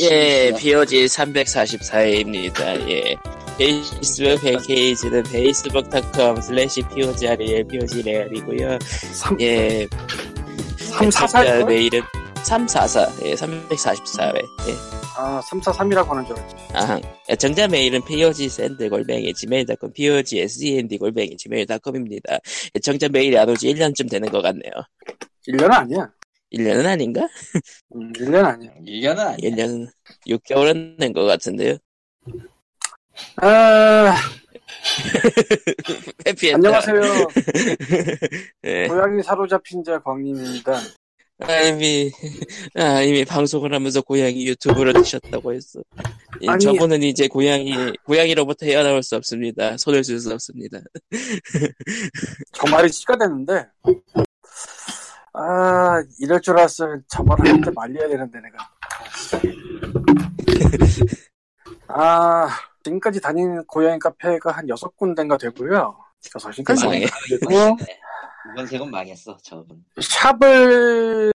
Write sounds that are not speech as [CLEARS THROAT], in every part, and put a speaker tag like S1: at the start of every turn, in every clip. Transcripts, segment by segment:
S1: 예, POG 344회입니다. 예. 페이스북 페이지는 facebook.com slash POG REL, POG REL이고요.
S2: 3,
S1: 예,
S2: 3 4 4
S1: 예, 메일은 344, 예, 344회. 예.
S2: 아, 343이라고 하는 줄 알았지.
S1: 아, 정자 메일은 pogsend@gmail.com, gmail.com, pogsend@gmail.com, gmail.com입니다. 예, 정자 메일이 안 오지 1년쯤 되는 것 같네요.
S2: 1년 아니야.
S1: 1년은 아닌가?
S2: 음, 1년 아니야.
S3: 1년은 아니야.
S1: 1년, 6개월은 된 것 같은데요. [LAUGHS]
S2: 아,
S1: 해피엔드.
S2: 안녕하세요.
S1: [LAUGHS] 예.
S2: 고양이 사로잡힌 자 광님입니다.
S1: 아, 이미, [LAUGHS] 아, 이미 방송을 하면서 고양이 유튜브를 드셨다고 했어. 이
S2: 아니.
S1: 저분은 이제 고양이, 고양이로부터 헤어나올 수 없습니다. 손을 쓸 수 없습니다.
S2: 저 말이 씨가 됐는데. 아, 이럴 줄 알았으면 저 말을 할 때 말려야 되는데, 내가. 아, 지금까지 다니는 고양이 카페가 한 6군데인가 되고요. 6시까지 뭐
S1: 세상에.
S2: 되고,
S3: 이번 세금 망했어, 저분.
S2: 샵을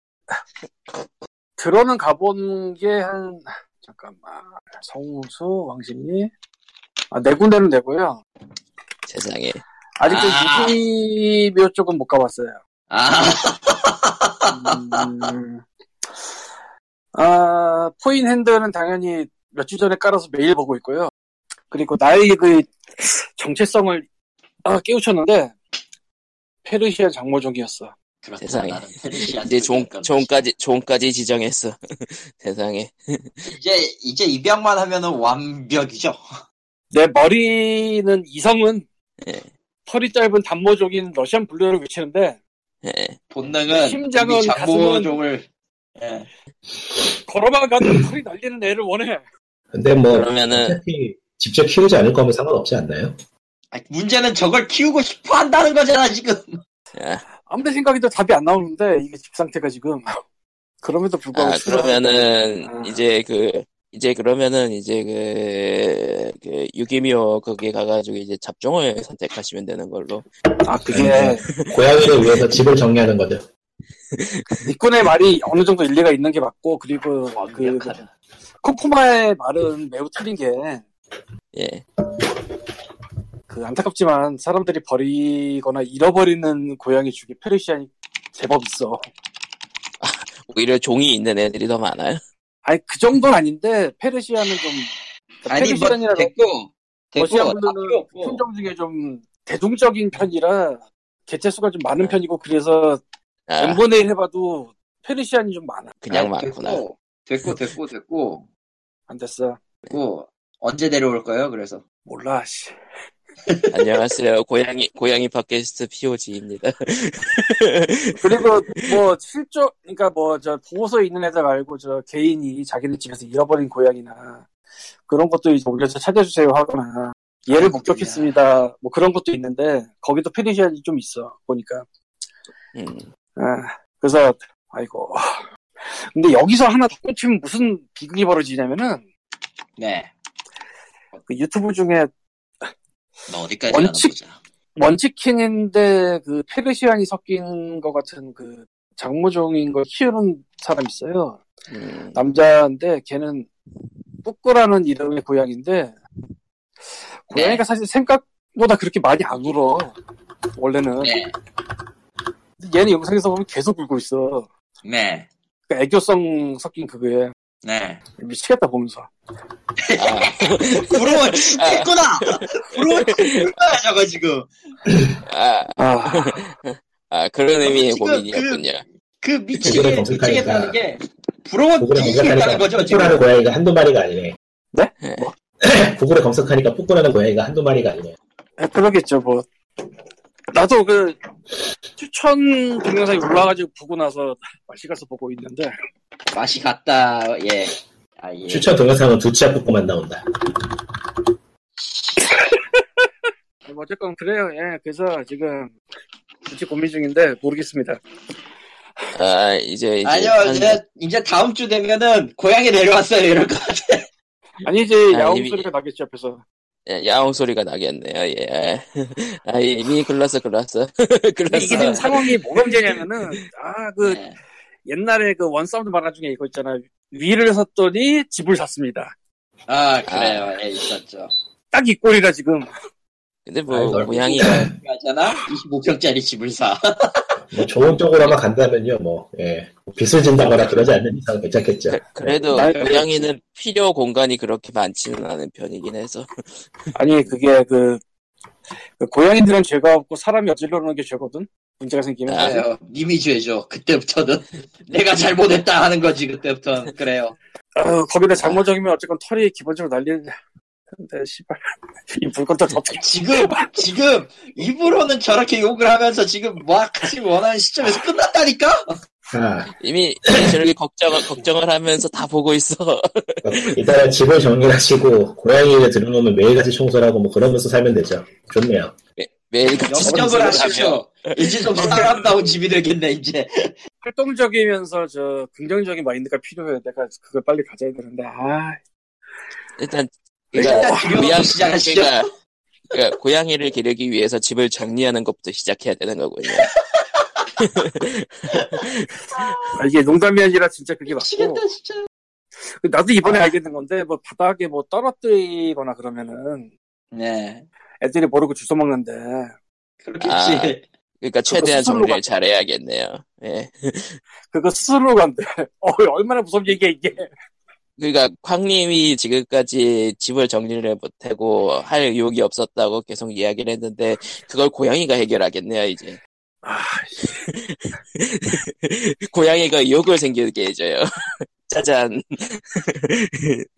S2: 들어는 가본 게 한 잠깐만 성수 왕십리 아, 네 군데는 되고요.
S1: 세상에.
S2: 아직도
S3: 아.
S2: 유기묘 쪽은 못 가봤어요.
S3: 아,
S2: 음, 아 포인 핸드는 당연히 몇 주 전에 깔아서 매일 보고 있고요. 그리고 나의 그 정체성을 아, 깨우쳤는데 페르시아 장모종이었어.
S3: [LAUGHS] 그렇구나.
S1: 세상에.
S3: 나는 페르시아
S1: 이제 종,
S3: 쪽이니까.
S1: 종까지, 종까지 지정했어. [LAUGHS] 세상에.
S3: 이제, 이제 입양만 하면은 완벽이죠.
S2: 내 머리는 이성은
S1: 예.
S2: 털이 짧은 단모족인 러시안 블루를 외치는데
S1: 예.
S3: 본능은
S2: 네, 심장은
S3: 이미
S2: 가슴은-
S3: 장모종을 예.
S2: 걸어만
S1: [CLEARS THROAT]
S2: 가도 털이 날리는 애를 원해.
S4: 근데 뭐
S1: 그러면은,
S4: 어차피 직접 키우지 않을 거면 상관없지 않나요?
S3: 아, 문제는 저걸 키우고 싶어 한다는 거잖아 지금.
S2: 아무리 생각해도 답이 안 나오는데 이게 집 상태가 지금 그럼에도 불구하고
S1: 아,
S2: 추락하고
S1: 그러면은,
S2: 아.
S1: 이제 그, 이제 그러면은, 이제 그, 그, 유기묘 거기에 가가지고 이제 잡종을 선택하시면 되는 걸로.
S2: 아 그게
S4: 네. 고양이를 위해서 집을 정리하는 거죠.
S2: 니꾼의 말이 어느 정도 일리가 있는 게 맞고 그리고
S1: 아,
S2: 그
S3: 완벽하다.
S2: 코코마의 말은 매우 틀린 게 그
S1: 예.
S2: 안타깝지만 사람들이 버리거나 잃어버리는 고양이 중에 페르시안이 제법 있어.
S1: 오히려 종이 있는 애들이 더 많아요.
S2: 아니 그 정도는 아닌데 페르시아는 좀
S3: 아니 뭐
S2: 페르시안이라고
S3: 됐고 됐고
S2: 러시아
S3: 필요
S2: 그 분들은
S3: 없고.
S2: 품종 중에 좀 대중적인 편이라 개체수가 좀
S3: 네.
S2: 많은 편이고 그래서
S1: 아,
S2: n 분의 1 해봐도 페르시안이 좀 많아
S1: 그냥
S3: 아니,
S1: 많구나.
S3: 됐고, 됐고 됐고 됐고
S2: 안 됐어
S1: 네.
S3: 됐고 언제 내려올 거예요? 그래서
S2: 몰라 씨
S1: 안녕하세요. 고양이, 고양이 팟캐스트 POG입니다. [LAUGHS]
S2: 그리고 뭐 실적 그러니까 뭐 저 보호소에 있는 애들 말고 저 개인이 자기네 집에서 잃어버린 고양이나 그런 것도 이제 올려서 찾아주세요 하거나 얘를
S3: 아이고,
S2: 목격했습니다 뭐 그런 것도 있는데 거기도 페르시안이 좀 있어 보니까
S1: 음,
S2: 아, 그래서 아이고 근데 여기서 하나 더 꽂히면 무슨 비극이 벌어지냐면은
S3: 네.
S2: 그 유튜브 중에
S3: 너 어디까지
S2: 원칙-
S3: 나눠보자.
S2: 원치킨인데 그 페르시안이 섞인 것 같은 그 장모종인 걸 키우는 사람 있어요.
S1: 음.
S2: 남자인데 걔는 뿌꾸라는 이름의 고양인데
S3: 네.
S2: 고양이가 사실 생각보다 그렇게 많이 안 울어. 원래는
S3: 네.
S2: 근데 얘는 영상에서 보면 계속 울고 있어.
S3: 네.
S2: 그러니까 애교성 섞인 그거에
S3: 네.
S2: 미치겠다 보면서.
S1: 아, [LAUGHS]
S3: 부러워 죽겠구나. 부러워 죽겠구나 저거 지금.
S1: 아,
S2: 아,
S1: 아, 그런 의미의
S3: 지금
S1: 고민이었군요.
S3: 그
S4: 그거를
S3: 미치게
S4: 검색하니까.
S3: 미치겠다는 게 부러워 [LAUGHS]
S4: 구글에
S3: 죽겠다는
S4: 검색하니까
S3: 거죠 지금.
S4: 푸꾸라는 고양이가 한두 마리가 아니네.
S2: 네?
S1: 뭐?
S4: [LAUGHS] 구글에 검색하니까 푸꾸라는 고양이가 한두 마리가 아니네.
S2: 그러겠죠 뭐. 나도 그 추천 동영상이 올라가지고 보고 나서 맛이 가서 보고 있는데
S3: 맛이 갔다. 예. 아 예.
S4: 추천 동영상은 두 치아 푸꾸만 나온다.
S2: 아니, 뭐 어쨌건 그래요. 예, 그래서 지금 굳이 고민 중인데 모르겠습니다.
S1: 예. 아, 이제, 이제.
S3: 그 아니요,
S1: 한-
S3: 이제, 이제 다음 주 되면은 고향에 내려왔어요, 이럴 것 같아.
S2: 아니지
S1: 아,
S2: 야옹
S1: 이미-
S2: 소리가 나겠지 옆에서.
S1: 예, 야옹 소리가 나겠네요, 예. [LAUGHS] 아, 예, 이미 글렀어, 글렀어. [LAUGHS]
S2: 근데 이게 지금
S1: 글렀어.
S2: 상황이 뭐가 문제냐면은 아 그
S3: 네.
S2: 옛날에 그 원사운드 만화 중에 이거 있잖아 위를 샀더니 집을 샀습니다.
S3: 아, 그래요. 예, 있었죠.
S2: 딱 이 꼴이라 지금.
S1: 근데 뭐
S4: 아이고.
S1: 모양이
S3: 가잖아? 25평짜리 집을 사.
S4: 뭐 좋은 쪽으로만 간다면요, 뭐, 예. 빚을 진다거나 그러지 않는 이상 괜찮겠죠.
S1: 네. 그래도
S2: 나-
S1: 고양이는 필요 공간이 그렇게 많지는 않은 편이긴 해서
S2: 아니 그게 그, 그 고양이들은 죄가 없고 사람이 어질러놓는 게 죄거든. 문제가 생기면.
S1: 아.
S3: 그래요. 님이 죄죠. 그때부터는. [LAUGHS] 내가 잘못했다 하는 거지, 그때부터는. 그래요.
S2: 어, 거기다 장모적이면 어쨌건 털이 기본적으로 날릴. 근데 씨발 [LAUGHS] 이 물건들 어떻게?
S3: 지금, 지금, 입으로는 저렇게 욕을 하면서 지금 막 지금 원하는 시점에서 끝났다니까?
S4: 아,
S1: 이미 이미 저렇게 걱정을 걱정을 하면서 다 보고 있어. [LAUGHS]
S4: 일단은 집을 정리하시고, 고양이를 들여놓으면 매일같이 청소하고, 뭐, 그러면서 살면 되죠. 좋네요.
S1: 매일
S4: 그러니까
S1: 같이
S3: 영적을 하십시오. 이제 좀 사람다운 집이 되겠네, 이제.
S2: 활동적이면서 저 긍정적인 마인드가 필요해. 내가 그걸 빨리 가져야 되는데. 아,
S1: 일단
S3: 일단
S1: 그러니까 고양
S3: 들여놓고 어, 시작하시죠.
S1: 그러니까, 그러니까 고양이를 기르기 위해서 집을 정리하는 것부터 시작해야 되는 거군요.
S2: 아, 이게 농담이 아니라 진짜 그게 맞고.
S3: 미치겠다, 진짜.
S2: 나도 이번에
S1: 아.
S2: 알게 된 건데 뭐 바닥에 뭐 떨어뜨리거나 그러면은
S3: 네. 아,
S2: 애들이 모르고 주워 먹는데
S3: 그렇겠지.
S1: 그러니까 최대한
S2: 스스로가-
S1: 정리를 잘해야겠네요. 예.
S2: 그거 스스로 간대. [LAUGHS] 어, 얼마나 무섭 얘기야 이게.
S1: 그러니까 광님이 지금까지 집을 정리를 못하고 할 욕이 없었다고 계속 이야기를 했는데 그걸 고양이가 해결하겠네요 이제.
S2: 아,
S1: [LAUGHS] 고양이가 욕을 생기게 해줘요. [LAUGHS] 짜잔.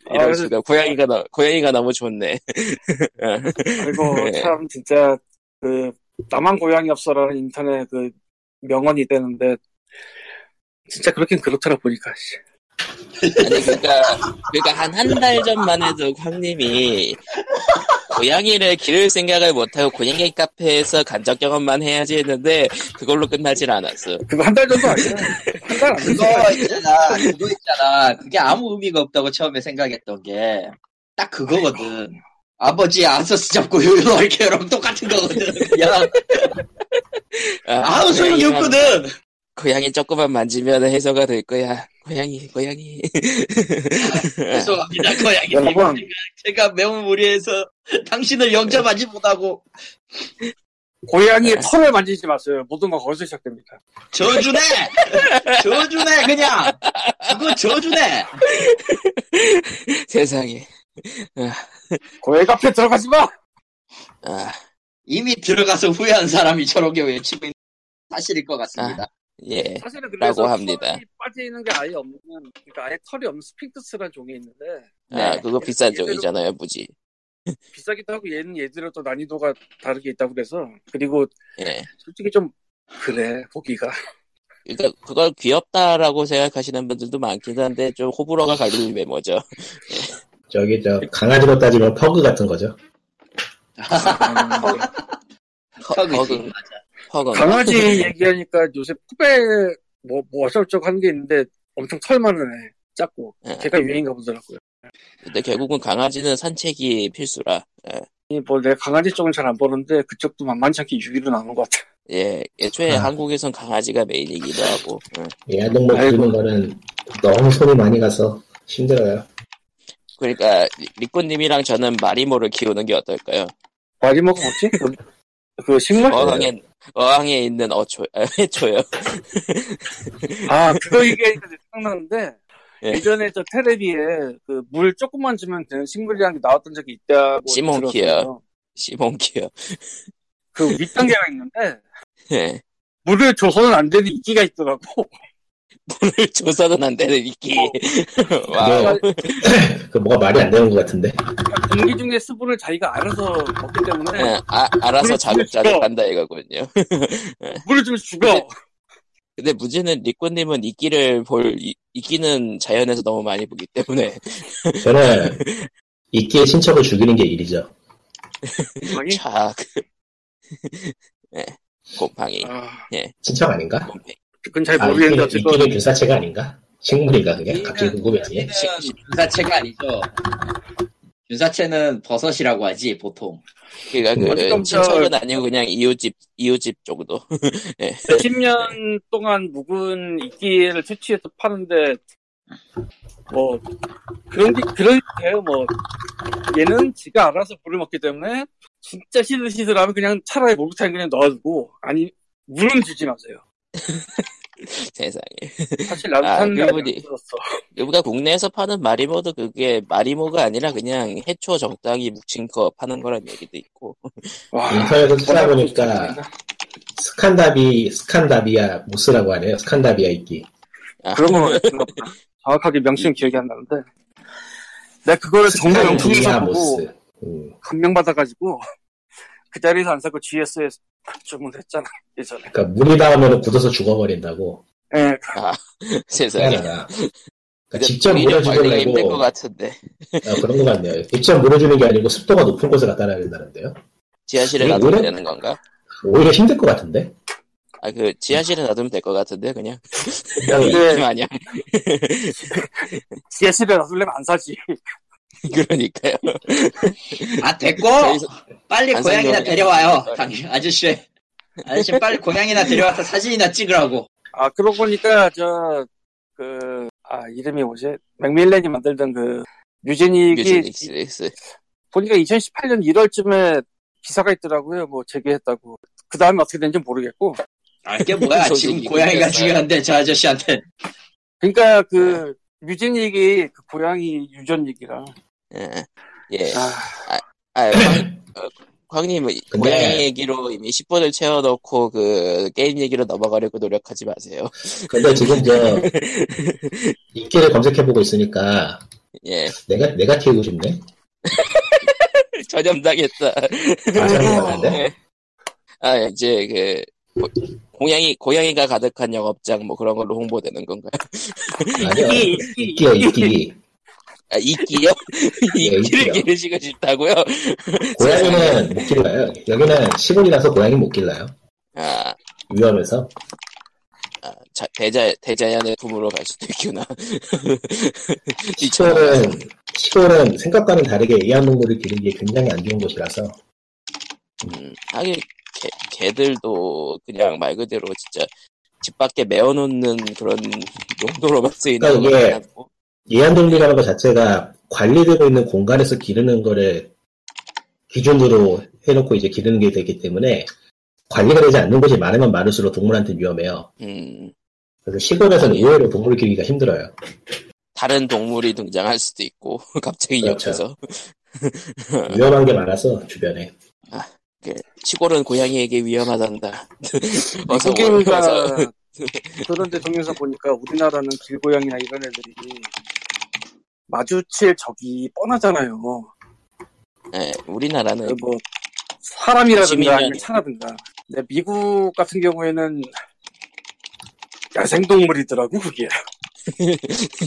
S2: 아,
S1: 이런
S2: 그래서-
S1: 식으로 고양이가 너, 고양이가 너무 좋네. [LAUGHS] 어.
S2: 그리고
S1: 네.
S2: 참 진짜 그 나만 고양이 없어라는 인터넷 그 명언이 되는데 진짜 그렇긴 그렇더라 보니까. 씨.
S1: 아니 그러니까 그러니까 한 한 달 전만 해도 황님이 고양이를 기를 생각을 못하고 고양이 카페에서 간접 경험만 해야지 했는데 그걸로 끝나질 않았어.
S2: 그거 한 달 전도 아니야. 한달 안
S3: 그거
S2: 됐어.
S3: 있잖아. 그거 있잖아. 그게 아무 의미가 없다고 처음에 생각했던 게. 딱 그거거든. 아버지 아서스 잡고 요요 할게요랑 똑같은 거거든. 그냥 아무 네, 소용이
S1: 고양이만-
S3: 없거든.
S1: 고양이 조금만 만지면 해소가 될 거야. 고양이 고양이. [LAUGHS]
S3: 네. 죄송합니다. 고양이.
S2: 여러분.
S3: 제가 매우 무리해서 당신을 영접하지 못하고
S2: 고양이의 털을 만지지 마세요. 모든 건 거기서 시작됩니다.
S3: 저주네. 저주네 그냥. 그거 저주네.
S1: 세상에.
S2: 고양이 카페 들어가지 마.
S1: 아.
S3: 이미 들어가서 후회한 사람이 저렇게 외치고 있는 사실일 것 같습니다.
S1: 예.
S2: 사실은
S1: 라고 합니다.
S2: 털이 빠져 있는 게 아예 없는 그러니까 아예 털이 없는 스핑크스라는 종이 있는데
S1: 아,
S3: 네.
S1: 그거 비싼
S2: 얘들은-
S1: 종이잖아요, 무지.
S2: 비싸기도 하고 얘는 얘들은 또 난이도가 다르게 있다고 그래서 그리고
S1: 예.
S2: 솔직히 좀 그래
S1: [LAUGHS]
S2: 보기가
S1: 그러니까 그걸 귀엽다라고 생각하시는 분들도 많긴 한데 좀 호불호가 갈리는 메모죠.
S4: 저기, 저, 강아지로 따지면 퍼그 같은 거죠.
S1: 어,
S2: 음,
S3: 허그지.
S1: 허그. 허그. [LAUGHS] 어.
S2: 강아지 얘기하니까 요새 푸베 뭐, 뭐 어쩌고저쩌고 하는 게 있는데 엄청 털 많은 애 작고
S1: 예.
S2: 걔가 유행인가 보더라고요
S1: 근데 결국은 강아지는 산책이 필수라. 예.
S2: 뭐 내가 강아지 쪽은 잘 안 보는데 그쪽도 만만치 않게 유기로 나오는 것 같아 [LAUGHS]
S1: 예,
S2: 네.
S1: 애초에
S4: 아.
S1: 한국에선 강아지가 메인이기도 하고. 예.
S4: 애완동물
S2: 아이고.
S4: 키우는 거는 너무 손이 많이 가서 힘들어요.
S1: 그러니까 리- 리꾸님이랑 저는 마리모를 키우는 게 어떨까요?
S2: 마리 먹어 먹지? 그- 그 식물?
S1: 어항에 어항에 있는 어초 아, 해초요. [LAUGHS]
S2: 아, 그거 얘기하니까 이제 생각나는데,
S1: 예.
S2: 예전에 저 테레비에 그 물 조금만 주면 되는 식물이라는 게 나왔던 적이 있다고.
S1: 시몬키요.
S2: 들었어요.
S1: 시몬키요.
S2: 그 윗단계가 있는데,
S1: 예.
S2: 물을 줘서는 안 되는 이끼가 있더라고.
S1: 조사는 안 되는 이끼. [LAUGHS] 와우.
S4: 그거, 그 뭐가 말이 안 되는 것 같은데.
S2: 아, 공기 중에 수분을 자기가 알아서 먹기 때문에,
S1: 예, 아, 알아서
S2: 물을
S1: 자급자족
S2: 주죠.
S1: 한다 이거군요.
S2: 물을 주면 죽어.
S1: 근데 문제는 리꾸님은 이끼를 볼, 이, 이끼는 자연에서 너무 많이 보기 때문에
S4: 저는 이끼의 신척을 죽이는 게 일이죠.
S2: 곰팡이?
S1: 착. 그, [LAUGHS] 예, 곰팡이.
S2: 아,
S4: 신척 아닌가?
S1: 곰팡이.
S2: 그건 잘
S4: 아,
S2: 네, 모르겠는데,
S4: 이끼는,
S2: 어쨌건.
S4: 이끼는 균사체가 아닌가? 식물인가 그게? 갑자기
S3: 이는-
S4: 궁금해지네.
S3: 이는 유사체가 아니죠. 유사체는 버섯이라고 하지 보통.
S4: 네.
S1: 그러니까 그
S2: 어쨌건 저-
S1: 친척은 아니고 그냥 이웃집 이웃집 정도.
S2: 10년 동안 묵은 이끼를 채취해서 파는데, 뭐 그런 게 그런 게요. 뭐 얘는 지가 알아서 물을 먹기 때문에 진짜 시들시들하면 그냥 차라리 목욕탕에 그냥 넣어두고 아니 물은 주지 마세요.
S1: [LAUGHS] 세상에.
S2: 사실 나도
S1: 아,
S2: 사는
S1: 그분이-
S2: 게 없었어.
S1: 여기가 국내에서 파는 마리모도 그게 마리모가 아니라 그냥 해초 정당이 묵힌 거 파는 거란 얘기도 있고. [LAUGHS]
S2: 와,
S4: 인터넷에서 찾아보니까
S2: 진짜
S4: 스칸다비 스칸다비아 무스라고 하네요. 스칸다비아 있기.
S1: 아,
S2: 그런 거 같은가 보다. 정확하게 명칭 기억이 안 나는데. 내가 그거를 정말
S4: 스칸디아
S2: 명품에서 보고
S4: 무스. 음,
S2: 감명받아가지고 그 자리에서 안 사고 GS에서 주문했잖아 예전에.
S4: 그러니까 물이 닿으면 굳어서 죽어버린다고.
S2: 예,
S1: 세상에.
S4: 희한하다.
S1: 네. 근데
S4: 그러니까 네. 직접
S1: 오히려
S4: 물어주는 게
S1: 관리가 힘들 것
S4: 아니고
S1: 같은데.
S4: 아, 그런 것 같네요. 직접 물어주는 게 아니고 습도가 높은 곳에 갖다놔야 된다는데요.
S1: 지하실에
S4: 음,
S1: 놔두면
S4: 물은-
S1: 되는 건가?
S4: 오히려 힘들 것 같은데.
S1: 아, 그, 지하실에 놔두면 될 것 같은데, 그냥.
S4: 네.
S1: 이쯤 [LAUGHS] 아니야.
S2: GS를 놔둘려면 안 사지.
S1: 그러니까요.
S3: 아 [LAUGHS] 됐고
S1: 저기서-
S3: 빨리
S1: 안산
S3: 고양이나
S1: 경기.
S3: 데려와요 당신 아저씨 아저씨 빨리 고양이나 데려와서 사진이나 찍으라고
S2: 아 그러고 보니까 저그아 이름이 뭐지? 맥밀런이 만들던 그
S1: 뮤직
S2: 뮤제닉이
S1: 엑스렉스.
S2: 보니까 2018년 1월쯤에 기사가 있더라고요. 뭐 재개했다고. 그 다음에 어떻게 된지 모르겠고.
S3: 아 이게 뭐야
S1: 저도
S3: 지금
S1: 이거
S3: 고양이가
S1: 있어요.
S3: 중요한데 저 아저씨한테
S2: 그러니까 그 뮤제닉이 그 고양이 유전닉이라.
S1: 예. 예.
S2: 아,
S1: 아, 광, 어, 광님,
S4: 근데-
S1: 고양이 얘기로 이미 10분을 채워넣고, 그, 게임 얘기로 넘어가려고 노력하지 마세요. [LAUGHS]
S4: 근데 지금 [LAUGHS] 저 인기를 검색해보고 있으니까
S1: 예.
S4: 내가 내가 키우고 싶네.
S1: 전염당했다. [LAUGHS]
S4: 가장이라는데.
S1: 예. 아, 이제, 그, 고- 고양이, 고양이가 가득한 영업장, 뭐 그런 걸로 홍보되는 건가요?
S4: 아니요. 인기요 인기.
S1: 아,
S4: [LAUGHS]
S1: 이끼요?
S4: 예,
S1: 이끼를
S4: 이끼요.
S1: 기르시고 싶다고요?
S4: 고양이는 못 길러요. 여기는 시골이라서 고양이 못 길러요.
S1: 아,
S4: 위험해서.
S1: 아, 자, 대자, 대자연의 품으로 갈 수도 있구나. [LAUGHS]
S4: 시골은 시골은 생각과는 다르게 애완동물을 기르는 게 굉장히 안 좋은 곳이라서
S1: 음, 하긴, 개, 개들도 그냥 말 그대로 진짜 집 밖에 메어놓는 그런 [LAUGHS] 용도로만 쓰이는
S4: 그러니까
S1: 거
S4: 이게
S1: 같고.
S4: 애완동물이라는 것 자체가 관리되고 있는 공간에서 기르는 거를 기준으로 해놓고 이제 기르는 게 되기 때문에 관리가 되지 않는 곳이 많으면 많을수록 동물한테 위험해요.
S1: 음,
S4: 그래서 시골에서는 의외로 동물 키우기가 힘들어요.
S1: 다른 동물이 등장할 수도 있고, [LAUGHS] 갑자기
S4: 그렇죠.
S1: 옆에서.
S4: 위험한 게 많아서 주변에
S1: 그, 시골은 고양이에게
S2: [LAUGHS]
S1: 위험하단다. 어서
S2: 미국인가
S1: 오서
S2: [LAUGHS] 그런데 동영상 보니까 우리나라는 길고양이나 이런 애들이 마주칠 적이 뻔하잖아요.
S1: 예, 우리나라는
S2: 그 뭐 사람이라든가
S1: 시민이나-
S2: 아니면 차라든가. 근데 미국 같은 경우에는 야생동물이더라고 그게.
S1: [LAUGHS]
S2: [LAUGHS]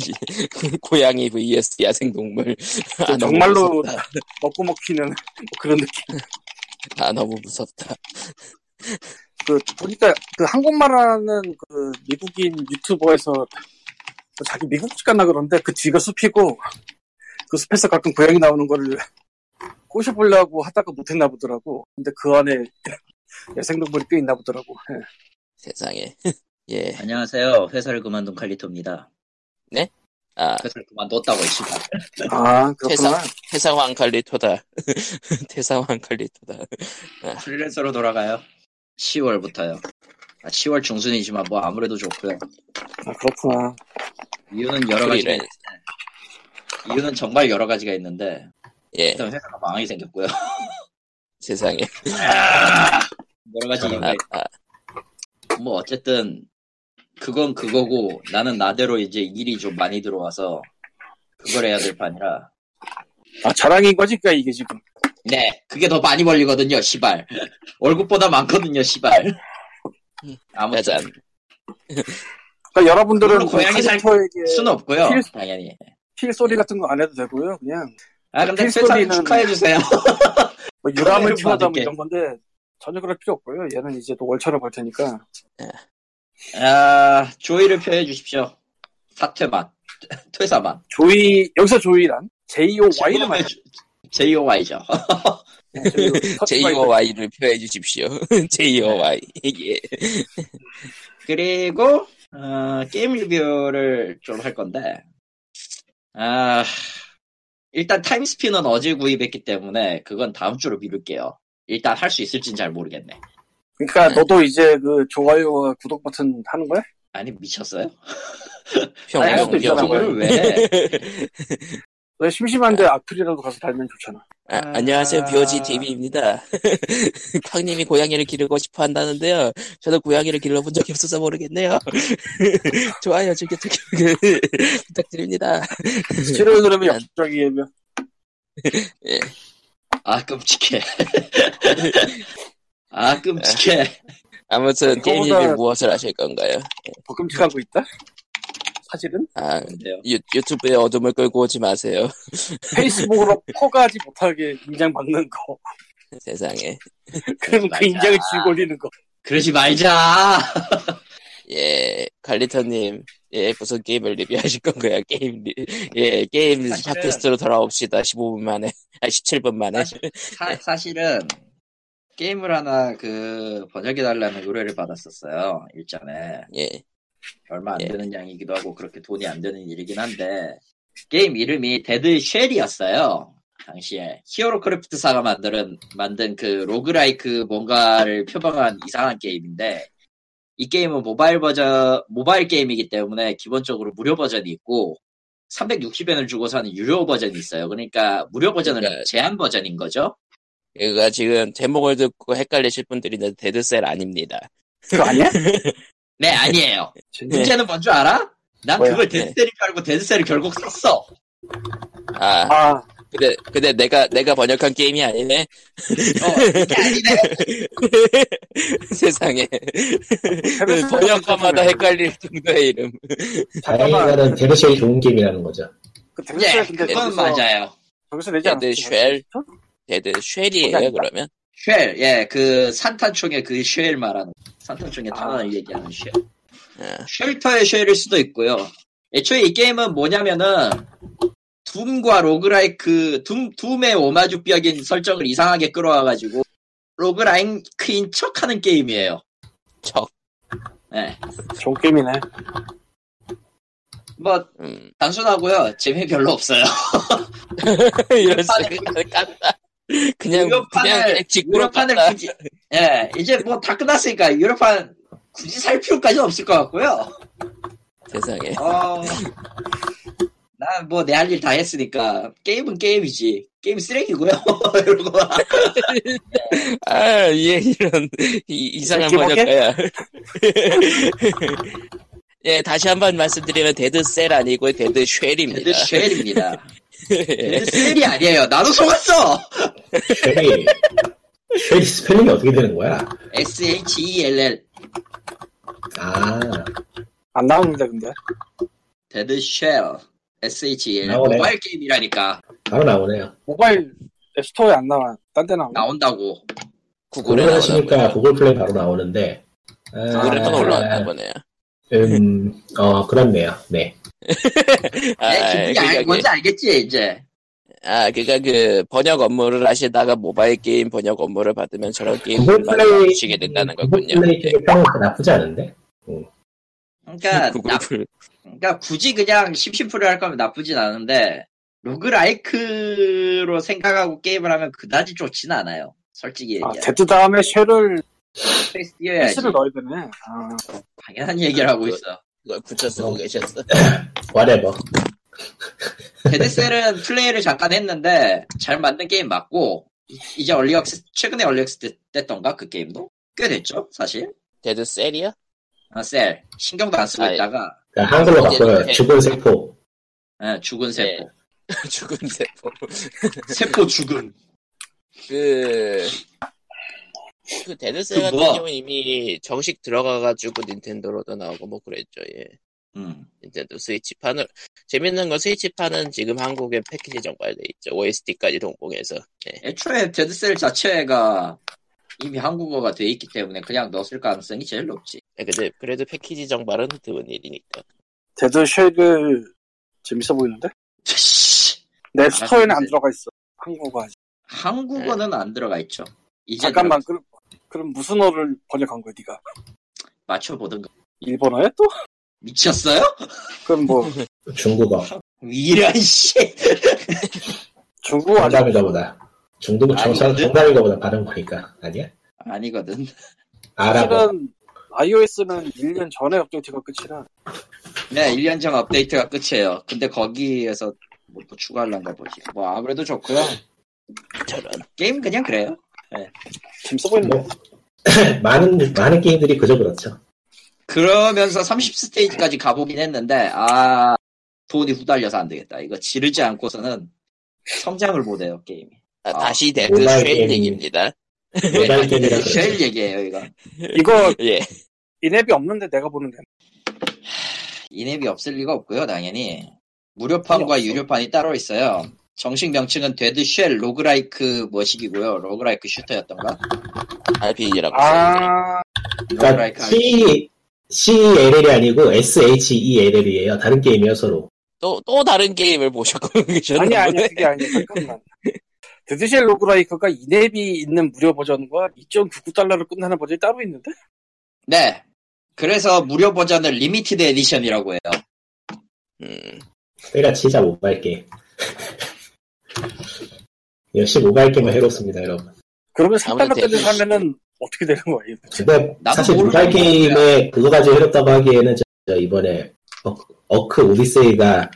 S1: 고양이 vs 야생동물. 아, 너무
S2: 정말로-
S1: 무섭다.
S2: 먹고 먹히는 뭐 그런 느낌.
S1: 아, 너무 무섭다.
S2: 그 보니까 그 한국말하는 그 미국인 유튜버에서 뭐 자기 미국집 갔나 그런데 그 뒤가 숲이고 그 숲에서 가끔 고양이 나오는 거를 꼬셔보려고 하다가 못했나 보더라고. 근데 그 안에 [LAUGHS] 야생동물이 꽤 있나 보더라고. 예.
S1: 세상에. [LAUGHS] 예.
S3: 안녕하세요 회사를 그만둔 칼리토입니다
S1: 아,
S3: 회사를 그만뒀다고 지금
S2: 아 그렇구나.
S1: 태사왕 칼리토다. [LAUGHS] 태사왕 칼리토다.
S3: 프리랜서로 돌아가요 10월부터요 아, 10월 중순이지만 뭐 아무래도 좋고요
S2: 아, 그렇구나.
S3: 이유는 여러 가지가
S1: 프리랜
S3: 있는데 이유는 정말 여러 가지가 있는데
S1: 예,
S3: 일단 회사가 망하게 생겼고요 [LAUGHS]
S1: 세상에.
S3: 여러 가지 이유가
S1: 아,
S2: 네.
S1: 아,
S3: 뭐 어쨌든 그건 그거고 나는 나대로 이제 일이 좀 많이 들어와서 그걸 해야 될 판이라
S2: 아 자랑인 거지 그러니까 이게 지금.
S3: 네 그게 더 많이 벌리거든요 시발 [LAUGHS] 월급보다
S1: [LAUGHS]
S3: 많거든요 시발 아무튼
S1: 짜잔.
S2: 그러니까 여러분들은
S3: 물론 고양이 살 순
S2: 캐릭터에게
S3: 없고요
S2: 필수-
S3: 당연히
S2: 필 소리 같은 거 안 해도 되고요. 그냥
S3: 아 근데
S2: 필수
S3: 회사를
S2: 소리는- [LAUGHS]
S3: 축하해주세요
S2: 뭐 유람을
S3: 그래요,
S2: 피하다 뭐
S3: 받을게.
S2: 이런 건데 전혀 그럴 필요 없고요. 얘는 이제 또 월차를 벌 테니까.
S3: 아 조의를 표해 주십시오 사퇴만 퇴사만
S2: 조이 여기서 조이란 JOY를 말해.
S3: JOY죠
S1: JOY를 표해 주십시오. [LAUGHS] JOY. 예.
S3: 그리고 어, 게임 리뷰를 좀 할 건데 아, 일단 타임스피는 어제 구입했기 때문에 그건 다음 주로 미룰게요. 일단 할 수 있을진 잘 모르겠네.
S2: 그러니까 너도 이제 그 좋아요와 구독 버튼 하는 거야?
S3: 아니 미쳤어요?
S1: 평
S3: 아니,
S2: 할
S1: 영
S2: 수도 있잖아,
S1: 영.
S3: 그걸 왜?
S1: [LAUGHS]
S2: 너 심심한데 악플이라도 가서 달면 좋잖아.
S1: 아, 안녕하세요,
S3: 아.
S1: BOG TV입니다. [LAUGHS] 팡님이 고양이를 기르고 싶어 한다는데요. 저도 고양이를 길러본 적이 없어서 모르겠네요. [LAUGHS] 좋아요, 즐겨, 즐겨, 즐겨 [LAUGHS] 부탁드립니다.
S2: 치료를 들으면 역적이면
S3: 아 끔찍해. [LAUGHS] 아 끔찍해.
S1: 아무튼 게임님이
S2: 그거보다-
S1: 무엇을 하실 건가요?
S2: 더 끔찍하고 있다? 사실은
S1: 아,
S3: 근데요.
S1: 유, 유튜브에 어둠을 끌고 오지 마세요. [LAUGHS]
S2: 페이스북으로 포가하지 못하게 인장받는 거.
S1: 세상에.
S2: 그럼 그
S3: 맞아.
S2: 인장을 쥐고 올리는 거.
S3: 그러지 말자.
S1: 예, 갈리터님. 예, 무슨 게임을 리뷰하실 건가요? [LAUGHS] 게임, 리, 예, 게임
S3: 사실은-
S1: 팟캐스트로 돌아옵시다. 15분 만에. 아, 17분 만에.
S3: 사, 사실은 게임을 하나 그 번역해 달라는 의뢰를 받았었어요 일전에
S1: 예,
S3: 얼마 안
S1: 예.
S3: 되는 양이기도 하고 그렇게 돈이 안 되는 일이긴 한데 게임 이름이 데드 쉘이었어요 당시에 히어로크래프트사가 만든 만든 그 로그라이크 뭔가를 표방한 이상한 게임인데 이 게임은 모바일 버전 모바일 게임이기 때문에 기본적으로 무료 버전이 있고 360엔을 주고 사는 유료 버전이 있어요. 그러니까 무료 버전은
S1: 그러니까-
S3: 제한 버전인 거죠.
S1: 그가 지금 제목을 듣고 헷갈리실 분들이 있는데 데드셀 아닙니다.
S2: 그거 아니야?
S3: 네,
S1: [LAUGHS]
S3: 아니에요.
S2: 진짜.
S3: 문제는 뭔 줄 알아? 난
S2: 뭐야? 네.
S3: 그걸 데드셀인 줄 알고 데드셀을 결국
S2: [LAUGHS]
S3: 썼어.
S1: 아,
S2: 아,
S1: 근데 근데 내가 내가 번역한 게임이 아니네.
S3: 어, 이게 아니네.
S1: [LAUGHS] 세상에
S2: 새로
S1: 그 번역가마다 헷갈릴 정도의 이름.
S2: 잠깐만.
S4: 다행히는 데르쉘이 좋은 게임이라는 거죠.
S2: 그 데뷔스에
S3: 네,
S2: 근데
S3: 그건
S2: 거기서
S3: 맞아요. 예, 네,
S2: 거기서 내지 않았지?
S1: 데드 쉘,
S2: 어?
S1: 데드
S2: 그게
S1: 쉘이에요
S2: 아니다.
S1: 그러면.
S3: 쉘, 예, 그 산탄총의 그 쉘 말하는, 산탄총의
S2: 아.
S3: 단어를 얘기하는 쉘.
S1: 아.
S3: 쉘터의 쉘일 수도 있고요. 애초에 이 게임은 뭐냐면은, 둠과 로그라이크, 둠, 둠의 오마주벽인 설정을 이상하게 끌어와가지고, 로그라이크인 척 하는 게임이에요.
S1: 척.
S3: 예.
S2: 좋은 게임이네.
S3: 뭐, [LAUGHS]
S1: 음.
S3: 단순하고요. 재미 별로 없어요.
S1: 이런 생각을 아, 깠다. 그냥 그냥
S3: 유럽판을
S1: 직구로
S3: 유럽판을
S1: 깠다.
S3: 굳이 예 이제 뭐 다 끝났으니까 유럽판 굳이 살 필요까지는 없을 것 같고요.
S1: 세상에.
S3: 어난뭐 아. 뭐 내 할 일 다 했으니까 게임은 게임이지 게임 쓰레기고요 [LAUGHS] 이러고
S1: 아, 예, 이런, 이, 이상한
S2: 새끼 먹게?
S1: 번역가야. [LAUGHS] 예, 다시 한 번 말씀드리면, 데드셀 아니고, 데드쉘입니다.
S3: 데드 쉘입니다. 데드 쉘이 아니에요. 나도 속았어.
S4: 쉘이, 쉘이 스펠링이 어떻게 되는 거야?
S3: S H E L L
S4: 아,
S2: 안 나옵니다, 근데.
S3: 데드 쉘 S H E L L
S4: 나오네.
S3: 모바일 게임이라니까
S4: 바로 나오네요.
S2: 모바일 앱스토어에 안 나와. 딴 데 나와.
S3: 나온다고.
S1: 구글에
S4: 구글
S1: 나오나
S4: 하시니까
S1: 보네요.
S4: 구글 플레이 바로 나오는데. 아,
S1: 구글에만 올라왔나 보네요.
S4: 음, 어, 그렇네요. 네.
S1: 아,
S3: 내 기분이 알-
S1: 그니까
S3: 뭔지 알겠지 이제.
S1: 그, 아, 그니까 그, 번역 업무를 하시다가 모바일 게임 번역 업무를 받으면 저런
S4: 구글
S1: 게임을
S4: 플레이,
S1: 만드시게 아, 된다는
S4: 구글
S1: 거군요.
S4: 플레이
S1: 예.
S4: 쪽에 빵은 나쁘지 않은데?
S3: [LAUGHS] 그러니까
S1: 구글
S3: 나
S1: 플레이.
S3: 그러니까 굳이 그냥 심심풀이 할 거면 나쁘진 않은데 로그라이크로 생각하고 게임을 하면 그다지 좋진 않아요. 솔직히
S2: 아,
S3: 얘기해. 서
S2: 데드 다음에 쉘을,
S3: 페이스 뛰어야지.
S2: 쉘을 넣어야 되네. 아,
S3: 당연한 얘기를 하고 있어.
S1: 그걸 붙여 쓰고 계셨어.
S4: whatever.
S3: 데드셀은 플레이를 잠깐 했는데 잘 만든 게임 맞고 이- 이제 얼리억스 최근에 얼리억스 됐- 됐던가 그 게임도 꽤 됐죠 사실.
S1: 데드셀이요?
S3: 아, 셀 신경도 안 쓰고
S1: 아, 예.
S3: 있다가
S4: 그러니까 한글로
S1: 이제
S4: 바꿔요.
S1: 이렇게-
S4: 죽은 세포.
S3: 예, 죽은 세포,
S1: [LAUGHS] 죽은 뭐. 세포.
S3: 세포 죽음.
S1: 그, 그 데드셀
S3: 그
S1: 같은
S3: 뭐야?
S1: 경우는 이미 정식 들어가가지고 닌텐도로도 나오고 뭐 그랬죠, 예.
S3: 음.
S1: 닌텐도 스위치판을, 재밌는 건 스위치판은 지금 한국에 패키지 정발돼 있죠. OST까지 동봉해서. 예.
S3: 애초에 데드셀 자체가 이미 한국어가 돼 있기 때문에 그냥 넣었을 가능성이 제일 높지. [LAUGHS]
S1: 아, 근데 그래도 패키지 정발은 드문 일이니까.
S2: 데드 쉘을 재밌어 보이는데?
S3: 씨,
S2: 내 앱스토어에는 안
S3: 근데-
S2: 들어가 있어. 한국어가 아직.
S3: 한국어는 안 들어가 있죠. 이제
S2: 잠깐만,
S3: 들어가-
S2: 그럼, 그럼 무슨 어를 번역한 거야, 니가?
S3: 맞춰보든가.
S2: 일본어에 또?
S3: 미쳤어요? [LAUGHS]
S2: 그럼 뭐,
S4: 중국어.
S3: 이런 씨.
S2: 중국 아직
S4: 정답인가 보다. 중독은 정상,
S3: 아니거든?
S4: 정답인가 보다. 다른 거니까. 아니야?
S3: 아니거든.
S4: 아랍어.
S2: 사실은 iOS는 1년 전에 업데이트가 끝이라
S3: 네, 1년 전 업데이트가 끝이에요. 근데 거기에서 뭐 또 추가하려는가 보지. 뭐 아무래도 좋고요.
S1: 저런.
S3: 게임 그냥 그래요.
S2: 지금 쓰고 있는
S4: 뭐, [LAUGHS] 많은, 많은 게임들이 그저 그렇죠.
S3: 그러면서 30스테이지까지 가보긴 했는데 아 돈이 후달려서 안 되겠다. 이거 지르지 않고서는 성장을 못 해요
S4: [LAUGHS]
S3: 게임이.
S1: 아,
S3: 아,
S1: 다시 데드
S4: 모바일
S1: 쉐이딩입니다.
S4: 모바일 게임이라
S3: 쉘
S4: 그러죠.
S3: 얘기예요 이거.
S2: 이거
S1: 예.
S2: 인앱이 없는데 내가 보는데
S3: 인앱이 없을 리가 없고요 당연히 무료판과 유료판이 따로 있어요. 정식 명칭은 데드 쉘 로그라이크 뭐식이고요 로그라이크 슈터였던가?
S1: RPG라고. 아...
S2: 아
S4: 그러니까
S3: 로그라이크
S4: C, CELL이 아니고 SHELL이에요. 다른 게임이에요, 서로.
S1: 또, 또 다른 게임을 보셨고 [LAUGHS] 계셨나
S2: 아니 아니
S1: 보네.
S2: 그게 아니야 잠깐만 드드쉘 로그라이크가 인앱이 있는 무료 버전과 2.99달러로 끝나는 버전이 따로 있는데
S3: 네. 그래서 무료 버전을 리미티드 에디션이라고 해요.
S1: 음,
S4: 때가 진짜 모바일 게임. [LAUGHS] 역시 모바일 게임은 해롭습니다, 여러분.
S2: 그러면
S1: 아무래도
S2: 3달러까지
S1: 데드
S2: 사면은 어떻게 되는 거예요?
S4: 근데
S3: 나도
S4: 사실
S3: 모르는
S4: 모바일
S3: 거야.
S4: 게임에 그거 가지고 해롭다고 하기에는 저, 저 이번에 어, 어크 오디세이가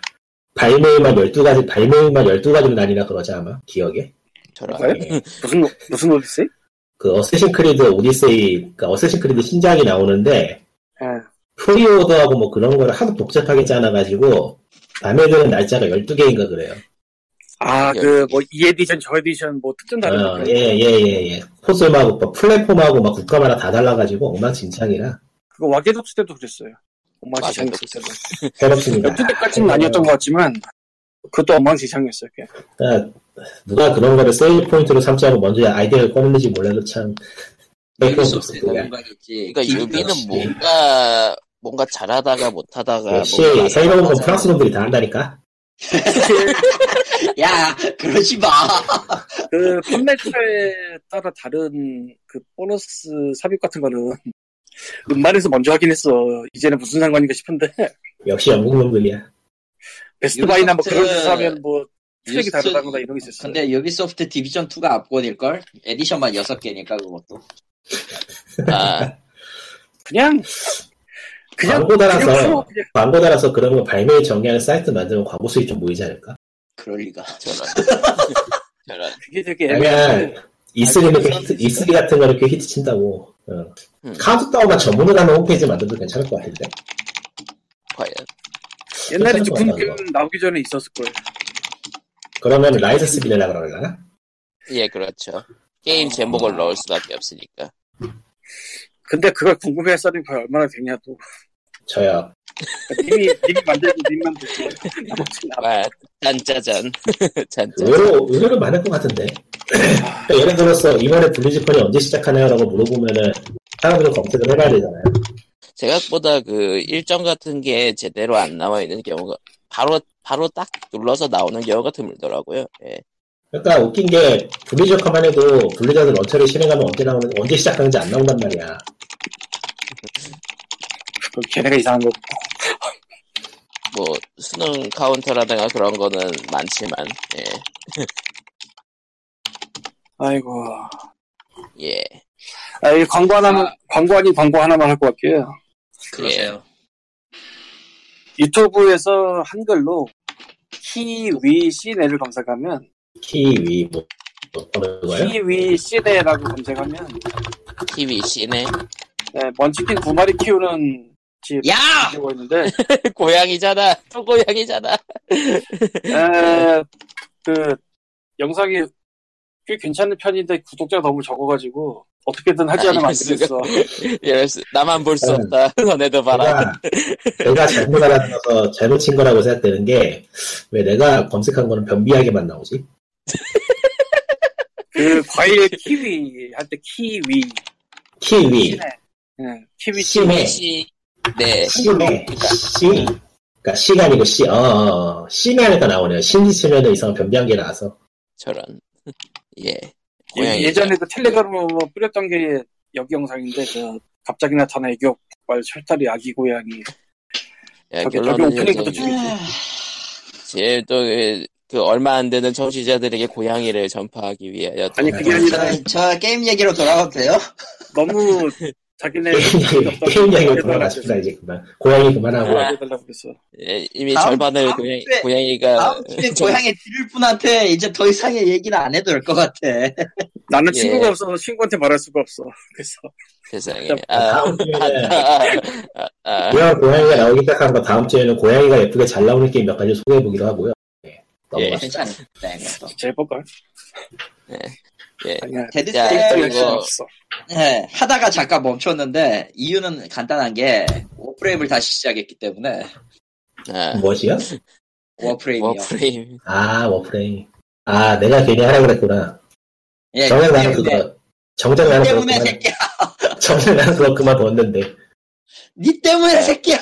S4: 발매일만 12가지, 발매일만 12가지로 나뉘나 그러지 아마? 기억에?
S1: 저런.
S2: 네?
S4: 예.
S2: 무슨 무슨 오디세이?
S4: 그 어쌔신 크리드 오디세이, 그러니까 어쌔신 크리드 신작이 나오는데
S2: 예.
S4: 프리오더하고 뭐 그런 거를 하도 복잡하게 짜놔가지고 밤에 드는 날짜가 12개인가 그래요.
S1: 예.
S2: 아그 뭐이 E 에디션 저 에디션 뭐 특전
S3: 네.
S2: 다른 거.
S4: 예, 예, 예, 예. 포스하고 뭐 플랫폼하고 막 국가마다 다 달라가지고 엉망진창이라
S2: 그거 와게독스 때도 그랬어요.
S1: 아,
S2: 엉망진창
S1: 와게독스.
S2: 때도.
S3: [LAUGHS]
S4: 해롭습니다.
S2: 12대까지는 아니었던 것 같지만 그것도 엉망진창이었어요. 그게.
S4: 그러니까 누가 그런 거를 세일 포인트로 삼자고 먼저 아이디어를 꺼냈는지 몰라도 참.
S3: 이럴 수 없어요.
S4: 그냥.
S3: 넘어가겠지.
S1: 그러니까
S4: 역시.
S1: 유비는 뭔가, 뭔가 잘하다가 못하다가.
S4: 역시
S3: 아,
S1: 뭔가
S3: 뭐
S4: 세일하는 건
S1: 하다가
S4: 프랑스 놈들이 다 한다니까.
S3: 야, 그러지 마.
S2: 그 판매처에 따라 다른 그 보너스 삽입 같은 거는 [LAUGHS] 음반에서 먼저 하긴 했어. 이제는 무슨 상관인가 싶은데 [LAUGHS]
S4: 역시 영국 놈들이야.
S2: 베스트바이나 뭐
S3: 유비소프트-
S2: 그런 데서 하면 뭐 트랙이
S3: 유비소프트-
S2: 다르다거나 이런 게 있었어요.
S3: 근데 유비소프트 디비전 2가 압권일걸? 에디션만 6개니까 그것도.
S1: 아,
S2: 그냥 그냥
S4: 광고 달아서.
S2: 그냥 쓰고 그냥
S4: 광고 달아서 그런 거 발매일 정리하는 사이트 만들면 광고 수익 좀 모이지 않을까?
S3: 그럴 리가.
S1: 저런. 저런.
S2: 그게 되게 애매한
S4: 그러면 E3는 그 히트, E3 같은 거 이렇게 히트 친다고. 어.
S1: 음.
S4: 카운트다운과 전문으로 하는 홈페이지 만들도 괜찮을 것 같은데.
S1: 과연.
S2: 옛날에
S4: 괜찮은 것 같다,
S2: 조금 나오기 전에 있었을 거예요.
S4: 그러면 라이센스 빌려라 그러려나?
S1: 예, 그렇죠. 게임 제목을 넣을 수밖에 없으니까.
S2: 근데 그걸 궁금해할 사람이 과연 얼마나 되냐 또
S4: 저요.
S2: 님이 님이 만들고 님만 듣고 [LAUGHS] 나머지는 안
S1: 와, 아, 짠짜잔. [LAUGHS] 짠짜잔.
S4: 의외로, 의외로 많을 것 같은데. 그러니까 예를 들어서 이번에 블루지컨이 언제 시작하나요라고 물어보면은 사람들은 검색을 해봐야 되잖아요.
S1: 생각보다 그 일정 같은 게 제대로 안 나와 있는 경우가 바로 바로 딱 눌러서 나오는 경우가 드물더라고요. 예.
S4: 그러니까 웃긴 게 블루지컨만 해도 블루자드 런처를 실행하면 언제 나오는 언제 시작하는지 안 나온단 말이야.
S2: 그럼 걔네가 이상한 거.
S1: 뭐 수능 카운터라든가 그런 거는 많지만 예.
S2: 아이고.
S1: 예.
S2: 아, 이 광고 하나만,
S3: 아.
S2: 광고 아닌 광고 하나만 할 것 같게요.
S3: 그러세요.
S2: 유튜브에서 한글로 키위 시내를 검색하면,
S4: 키위 뭐, 뭐 그런 거요?
S2: 키위 시내라고 검색하면,
S1: TV 씨네
S2: 네, 먼치킨 두 마리 키우는 집.
S3: 예. 야!
S2: 고 있는데,
S1: [LAUGHS] 고양이잖아. 또 고양이잖아.
S2: 에, 그, 영상이 꽤 괜찮은 편인데 구독자가 너무 적어가지고, 어떻게든 하지
S1: 아,
S2: 않으면 안
S1: 이럴
S2: 되겠어.
S1: 예, 나만 볼 수 없다. [LAUGHS] 너네도 봐라.
S4: 내가, 내가 잘못 알아서 잘못 친 거라고 생각되는 게, 왜 내가 검색한 거는 변비하게만 나오지?
S2: 그, 과일 키위 할 때 키위.
S4: 키위,
S2: 시내. 네, 키위
S4: 심해,
S1: 시 네.
S4: 심해, 시. 그러니까 시가 아니고 시, 어, 어, 어. 심해 하니까 나오네요. 심지 치면은 이상한 변비한 게 나와서.
S1: 저런. [LAUGHS] 예.
S2: 예-
S1: 고양이.
S2: 예전에 그 텔레그램으로 뿌렸던 게 여기 영상인데 그 갑자기 나타난 애교 폭발 철다리 아기 고양이
S1: 예,
S2: 저기- 저기
S1: 결론은
S2: 오프닝부터
S1: 여전히
S2: 죽이지.
S1: 예, 제일 또그 얼마 안 되는 청취자들에게 고양이를 전파하기 위하여 또
S2: 아니,
S4: 네,
S2: 그게 아니라
S3: 저, 저 게임 얘기로 돌아가도 돼요?
S2: 너무
S4: [LAUGHS]
S2: 자기네
S4: 게임 이야기로 돌아갔습니다 이제 그만 고양이 그만하고
S1: 네. 아.
S2: 해달라고 그랬어.
S1: 예, 이미
S3: 다음-
S1: 절반을
S3: 다음
S1: 고양이,
S3: 주에-
S1: 고양이가
S3: 다음 [LAUGHS] 주에
S1: 좀-
S3: 고향에 들을 분한테 이제 더 이상의 얘기는 안 해도 될 것 같아. 네,
S2: 나는
S1: 예.
S2: 친구가 없어서 친구한테 말할 수가 없어. [LAUGHS] 그래서
S1: 세상에
S2: 좀-
S1: 아,
S4: 다음 주에는
S1: 아, 아, 아.
S4: 이왕 고양이가 나오기 시작한 거 다음 주에는 고양이가 예쁘게 잘 나오는 게임 몇 가지 소개해 보기로 하고요. 네, 넘어갑시다.
S3: 괜찮은데 이것도.
S2: 제법걸.
S1: 예.
S2: 아니야.
S3: 데드
S1: 자,
S3: 스페이스
S2: 할
S1: 그리고-
S2: 수는
S1: 이거-
S2: 없어.
S3: 네, 하다가 잠깐 멈췄는데 이유는 간단한 게 워프레임을 다시 시작했기 때문에
S1: 아,
S4: 무엇이요?
S3: 워프레임이요.
S1: 워프레임
S4: 아 워프레임. 아 내가 괜히 하라 그랬구나.
S3: 예,
S4: 정작
S3: 그
S4: 나는
S3: 때문에,
S4: 그거 정작 나는 그거
S3: 때문에
S4: 그만
S3: 새끼야.
S4: 정작 나는 그거 그만뒀는데
S3: 니 때문에 새끼야.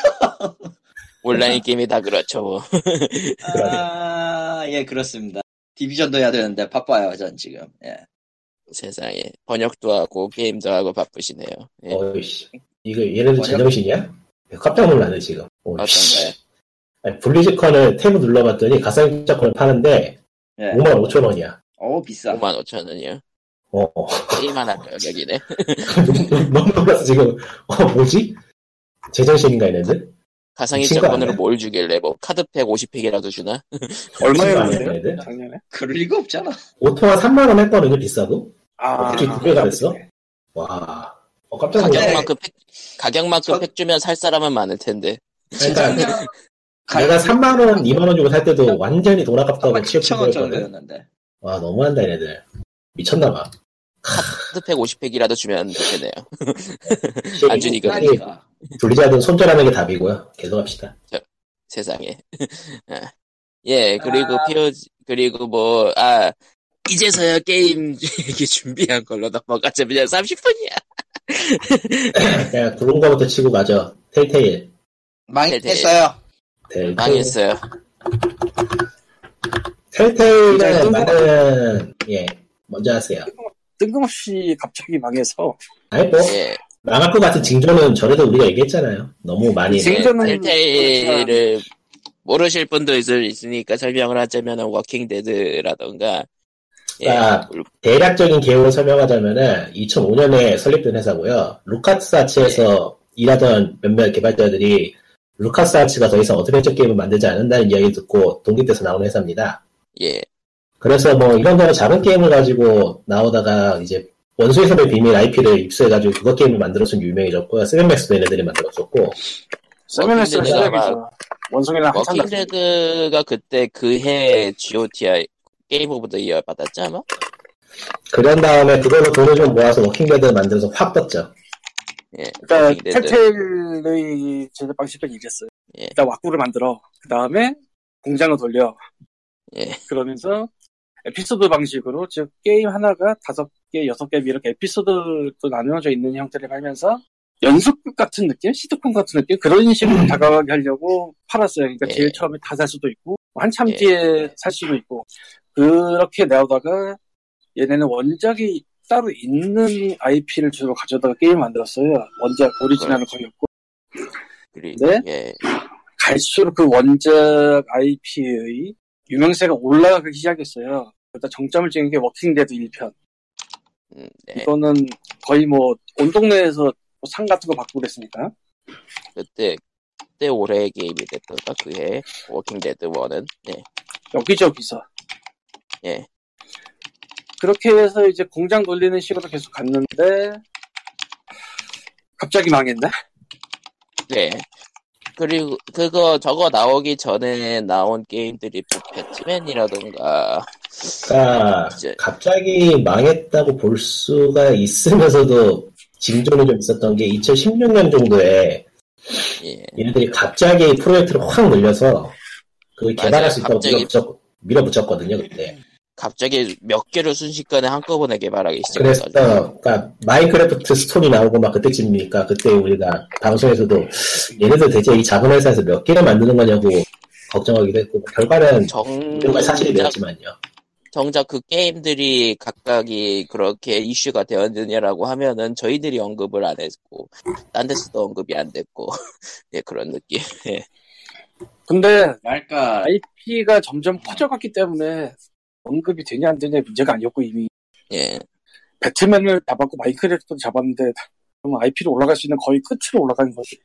S1: 온라인 게임이 다 그렇죠.
S3: 아, 예, 그렇습니다. 디비전도 해야 되는데 바빠요, 전 지금. 예.
S1: [LAUGHS] 세상에 번역도 하고 게임도 하고 바쁘시네요. 예.
S4: 어이씨 이거 얘네들
S3: 뭐냐?
S4: 제정신이야? 깜짝 놀라네 지금.
S1: 어떤가요?
S4: 블리즈컨을 탭을 눌러봤더니 가상자권을 파는데
S3: 예.
S4: 5만 5천 원이야.
S3: 어, 비싸.
S4: 뭐?
S1: 5만 5천 원이요.
S4: 어, [LAUGHS] 어.
S1: 게임하나 가격이네.
S4: 너무 놀라서 지금 어 뭐지? 제정신인가 얘네들?
S1: 가상의
S4: 친구
S1: 저번으로
S4: 아니야?
S1: 뭘 주길래 뭐 카드팩 50팩이라도 주나? [LAUGHS]
S2: 얼마였는데요?
S4: 얘네들?
S2: 작년에?
S3: 그럴 리가 없잖아.
S4: 오토화 3만 원 했거든요 비싸도
S2: 아,
S4: 어떻게 두 배가 됐어? 와 어, 깜짝 놀랐네
S1: 가격만큼 팩 가격만큼
S3: 저-
S1: 팩 주면 살 사람은 많을 텐데.
S3: [LAUGHS]
S4: 그러니까 내가 3만 원 2만 원 주고 살 때도 완전히 돈 아깝다고
S3: 7,000원
S4: 치우치거든
S3: 정도였는데.
S4: 와 너무한다 얘네들 미쳤나봐
S1: 카드팩 50팩이라도 주면 되네요. [LAUGHS] 안 주니까.
S4: 이 분리자든 손절하는 게 답이고요 계속합시다
S1: 세상에. [LAUGHS] 아. 예, 그리고 피오 그리고 뭐 아, 이제서야 게임 [LAUGHS] 얘기 준비한 걸로 넘어가자. 그냥 30분이야.
S4: 그냥 그런 거부터 치고 가죠 텔테일
S3: 망했어요.
S2: 그
S4: 텔테일
S1: 망했어요.
S4: 텔테일은 많은 예 먼저 하세요
S2: 뜬금없이 갑자기 망해서
S4: 아니 뭐
S1: 예.
S4: 망할 것 같은 징조는 전에도 우리가 얘기했잖아요 너무 많이
S2: 징- 생존은-
S1: 델타를 예. 모르실 분도 있을, 있으니까 설명을 하자면 워킹데드라던가 예,
S4: 아.
S1: 울-
S4: 대략적인 개요를 설명하자면은 2005년에 설립된 회사고요. 루카스 아츠에서
S1: 예.
S4: 일하던 몇몇 개발자들이 루카스 아츠가 더 이상 어드벤처 게임을 만들지 않는다는 이야기를 듣고 독립돼서 나온 회사입니다.
S1: 예,
S4: 그래서 뭐 이런저런 작은 게임을 가지고 나오다가 이제 원소의 섬의 비밀 IP를 입수해가지고 그거 게임을 만들어서 유명해졌고요. 세븐맥스도 얘네들이 만들었었고
S2: 세면에서
S1: 워킹데드가
S2: 시작이죠. 원성이랑 한참 났
S1: 워킹데드가 그때 그 해 GOTI 게임 오브 더 이어 받았지 아마?
S4: 그런 다음에 그걸로 돈을 좀 모아서 워킹데드를 만들어서 확 떴죠.
S1: 예,
S2: 그러니까
S1: 워킹데드.
S2: 텔테일의 제작 방식은 이랬어요.
S1: 예.
S2: 일단 와꾸를 만들어. 그 다음에 공장을 돌려.
S1: 예.
S2: 그러면서 에피소드 방식으로 즉 게임 하나가 다섯 개, 여섯 개 이렇게 에피소드도 나누어져 있는 형태를 하면서 연속극 같은 느낌, 시트콤 같은 느낌 그런 식으로 다가가게 하려고 팔았어요. 그러니까
S1: 음. 예.
S2: 제일 처음에 다 살 수도 있고 한참
S1: 예.
S2: 뒤에 살 수도 있고 그렇게 나오다가 얘네는 원작이 따로 있는 IP를 주로 가져다가 게임 만들었어요. 원작 오리지널은 거의 없고
S1: 그리고
S2: 네?
S1: 예,
S2: 갈수록 그 원작 IP의 유명세가 올라가기 시작했어요. 일단 정점을 찍은 게 워킹데드 1편.
S1: 음, 네.
S2: 이거는 거의 뭐 온 동네에서 뭐상 같은 거 받고 그랬으니까.
S1: 그때 그때 올해의 게임이 됐던가 그해 워킹데드 1은 예,
S2: 여기저기서.
S1: 예.
S2: 그렇게 해서 이제 공장 돌리는 식으로 계속 갔는데 갑자기 망했네.
S1: 네. 그리고 그거 저거 나오기 전에 나온 게임들이 뭐 배트맨이라던가
S4: 그러니까
S1: 이제-
S4: 갑자기 망했다고 볼 수가 있으면서도 징조는 좀 있었던 게 2016년 정도에
S1: 예.
S4: 얘네들이 갑자기 프로젝트를 확 늘려서 그걸
S1: 맞아요.
S4: 개발할 수 있다고
S1: 갑자기.
S4: 밀어붙였, 밀어붙였거든요 그때
S1: 갑자기 몇 개를 순식간에 한꺼번에 개발하기
S4: 그래서
S1: 시작해가지고
S4: 그러니까 마인크래프트 스토리 나오고 막 그때쯤이니까 그때 우리가 방송에서도 얘네들 대체 이 작은 회사에서 몇 개를 만드는 거냐고 걱정하기도 했고 결과는 정말 사실이
S1: 정작,
S4: 되었지만요
S1: 정작 그 게임들이 각각이 그렇게 이슈가 되었느냐라고 하면은 저희들이 [LAUGHS] 언급을 안 했고 딴 데서도 언급이 안 됐고 예 그런 느낌
S2: 근데
S3: 그러니까
S2: IP가 점점 퍼져갔기 때문에 언급이 되냐 안 되냐 문제가 아니었고 이미
S1: 예.
S2: 배트맨을 잡았고 마인크래프트도 잡았는데 그럼 IP로 올라갈 수 있는 거의 끝으로 올라간 거지.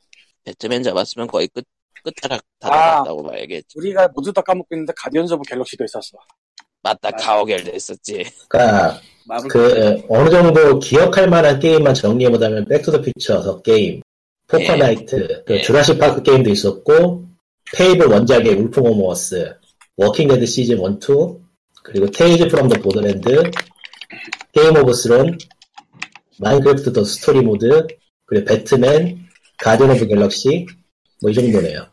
S1: 배트맨 잡았으면 거의 끝, 끝자락
S2: 아.
S1: 다 나갔다고 봐야겠죠.
S2: 우리가 모두 다 까먹고 있는데 가디언즈 오브 갤럭시도 있었어.
S1: 맞다, 가오갤도 있었지.
S4: 그러니까
S3: 마블
S4: 그 어느 정도 기억할 만한 게임만 정리해보자면 백투더퓨처 더 게임, 포커나이트, 그
S1: 예.
S4: 주라식 파크 게임도 있었고 페이블 원작의 울풍 오모어스, 워킹 데드 시즌 1, 2, 그리고 테이즈 프롬 더 보더랜드, 게임 오브 스론, 마인크래프트 더 스토리 모드, 그리고 배트맨, 가디언 오브 갤럭시 뭐 이 정도네요.